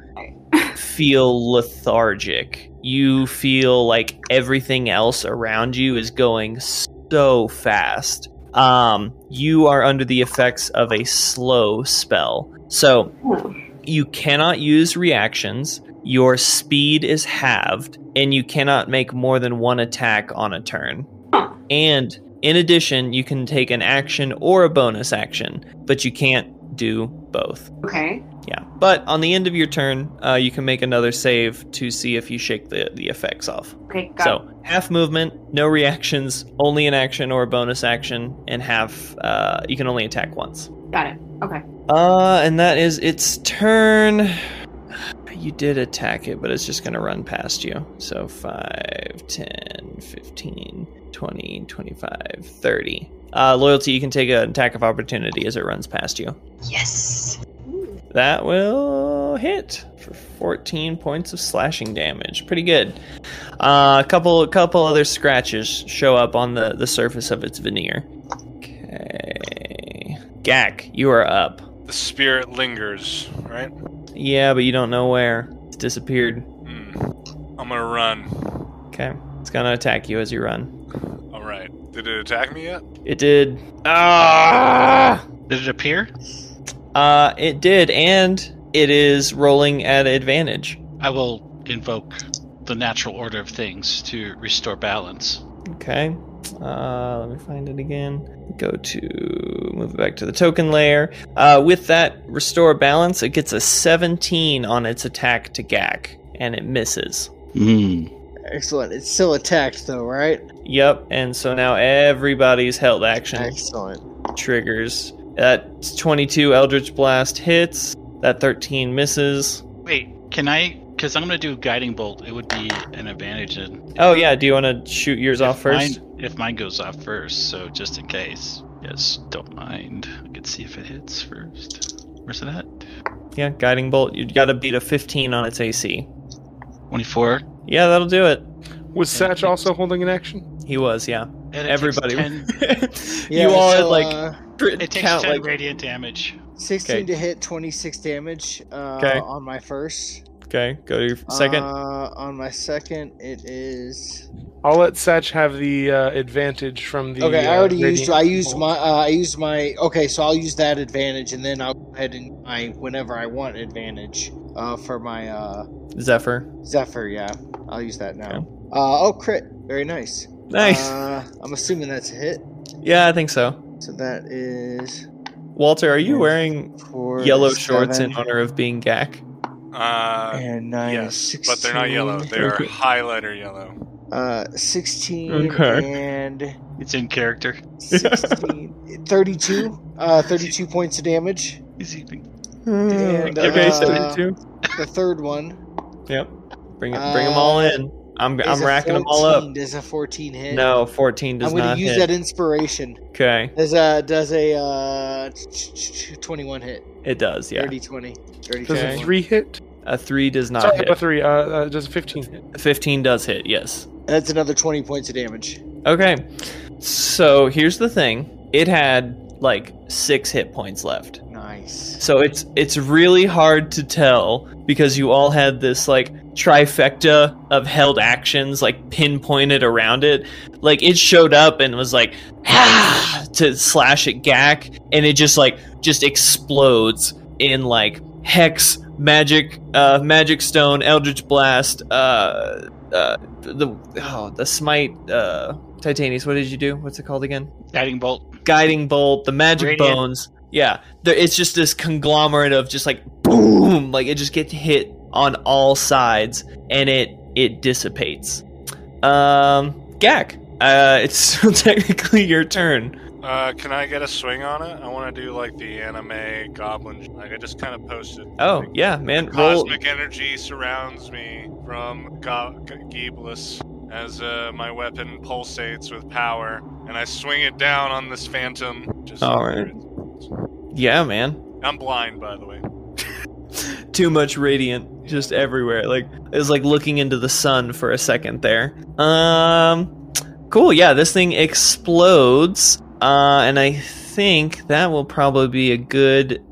Speaker 2: feel lethargic. You feel like everything else around you is going so fast. Um, you are under the effects of a slow spell. So
Speaker 7: Oh,
Speaker 2: you cannot use reactions. Your speed is halved, and you cannot make more than one attack on a turn.
Speaker 7: Huh.
Speaker 2: And in addition, you can take an action or a bonus action, but you can't do both.
Speaker 7: Okay.
Speaker 2: Yeah. But on the end of your turn, uh, you can make another save to see if you shake the, the effects off.
Speaker 7: Okay. Got it.
Speaker 2: so half movement, no reactions, only an action or a bonus action, and half uh, you can only attack once.
Speaker 7: Got it. Okay.
Speaker 2: Uh, and that is its turn. *sighs* You did attack it, but it's just going to run past you. So 5, 10, 15, 20, 25, 30. Uh, loyalty, you can take an attack of opportunity as it runs past you.
Speaker 8: Yes. Ooh,
Speaker 2: That will hit for 14 points of slashing damage. Pretty good. Uh, a couple, a couple other scratches show up on the, the surface of its veneer. Okay. Gak, you are up.
Speaker 5: The spirit lingers, right?
Speaker 2: Yeah, but you don't know where. It's disappeared.
Speaker 5: Hmm. I'm gonna run.
Speaker 2: Okay. It's gonna attack you as you run.
Speaker 5: All right. Did it attack me yet?
Speaker 2: It did. Ah!
Speaker 3: Did it appear?
Speaker 2: Uh, it did, and it is rolling at advantage.
Speaker 3: I will invoke the natural order of things to restore balance.
Speaker 2: Okay. Uh, let me find it again. Go to move it back to the token layer. Uh, with that restore balance, it gets a 17 on its attack to Gak, and it misses.
Speaker 3: Hmm.
Speaker 4: Excellent. It's still attacked, though, right?
Speaker 2: Yep, and so now everybody's held action
Speaker 4: Excellent.
Speaker 2: triggers. That 22 Eldritch Blast hits. That 13 misses.
Speaker 3: Wait, can I? Because I'm gonna do guiding bolt. It would be an advantage. In,
Speaker 2: Oh yeah, do you want to shoot yours off first?
Speaker 3: Mine, if mine goes off first, so just in case. Yes, don't mind. I can see if it hits first. Where's it at?
Speaker 2: Yeah, guiding bolt. You got to beat a 15 on its AC.
Speaker 3: 24.
Speaker 2: Yeah, that'll do it.
Speaker 1: Was Satch also holding an action?
Speaker 2: He was, yeah.
Speaker 3: And it takes
Speaker 2: Everybody. *laughs*
Speaker 3: 10
Speaker 2: you all
Speaker 4: so,
Speaker 2: had, like
Speaker 4: uh,
Speaker 2: pr-
Speaker 3: it takes
Speaker 2: count
Speaker 3: 10
Speaker 2: like
Speaker 3: radiant damage.
Speaker 4: 16
Speaker 2: Okay.
Speaker 4: to hit, 26 damage uh,
Speaker 2: Okay.
Speaker 4: on my first.
Speaker 2: okay. Go to your second.
Speaker 4: Uh, on my second, it is.
Speaker 1: I'll let Satch have the uh, advantage from the.
Speaker 4: okay, I
Speaker 1: uh,
Speaker 4: already
Speaker 1: radiant
Speaker 4: used. I used
Speaker 1: bolt.
Speaker 4: my. Uh, I used my. Okay, so I'll use that advantage, and then I'll go ahead and I whenever I want advantage uh, for my uh,
Speaker 2: Zephyr.
Speaker 4: Zephyr. Yeah, I'll use that now. Uh, oh, crit! Very nice.
Speaker 2: Nice.
Speaker 4: Uh, I'm assuming that's a hit.
Speaker 2: yeah, I think so.
Speaker 4: So that is
Speaker 2: Walter, are you wearing
Speaker 4: four.
Speaker 2: yellow shorts
Speaker 4: seven,
Speaker 2: in honor of being Gak?
Speaker 5: Uh,
Speaker 4: and nine.
Speaker 5: yes, but they're not
Speaker 4: 16.
Speaker 5: yellow. They are
Speaker 2: Okay.
Speaker 5: highlighter yellow.
Speaker 4: Uh, 16
Speaker 2: Okay.
Speaker 4: and
Speaker 3: It's in character.
Speaker 4: 16, 32, uh, 32 points of damage.
Speaker 3: Is he-
Speaker 4: And,
Speaker 2: okay,
Speaker 4: uh,
Speaker 2: seventy-two.
Speaker 4: the third one.
Speaker 2: Yep. Bring it. Bring them all in. I'm
Speaker 4: uh, is
Speaker 2: I'm
Speaker 4: a
Speaker 2: racking them all up.
Speaker 4: 14. Does a 14 hit?
Speaker 2: No, 14 does
Speaker 4: I'm going
Speaker 2: not
Speaker 4: to use
Speaker 2: hit.
Speaker 4: that inspiration.
Speaker 2: okay,
Speaker 4: Does a does a uh, 21 hit?
Speaker 2: it does. Yeah,
Speaker 4: 30 20. 30
Speaker 1: Does
Speaker 2: Okay.
Speaker 1: a three hit?
Speaker 2: a three does not
Speaker 1: Sorry,
Speaker 2: hit.
Speaker 1: a three. Uh, uh, does a fifteen hit?
Speaker 2: 15 does hit. Yes.
Speaker 4: That's another 20 points of damage.
Speaker 2: Okay. So here's the thing. It had like six hit points left.
Speaker 4: Nice.
Speaker 2: So it's it's really hard to tell because you all had this like trifecta of held actions like pinpointed around it. Like it showed up and was like ah, to slash at Gak, and it just like just explodes in like hex magic uh magic stone eldritch blast uh uh the oh the smite uh titanius what did you do what's it called again
Speaker 3: Guiding bolt.
Speaker 2: guiding bolt, the magic
Speaker 3: Radiant.
Speaker 2: bones. Yeah, there, it's just this conglomerate of just like boom, like it just gets hit on all sides, and it it dissipates. Um, Gak, uh, *laughs* it's still technically your turn.
Speaker 5: Uh, can I get a swing on it? I want to do like the anime goblin. sh- Like I just kind of posted.
Speaker 2: Oh
Speaker 5: Like,
Speaker 2: yeah, man, roll.
Speaker 5: Cosmic energy surrounds me from Go- G- Gieblis as uh, my weapon pulsates with power, and I swing it down on this phantom. Just
Speaker 2: All right. Yeah, man.
Speaker 5: I'm blind, by the way.
Speaker 2: Too much radiant just everywhere. Like it's like looking into the sun for a second there. Um, cool. Yeah, this thing explodes. Uh, and I think that will probably be a good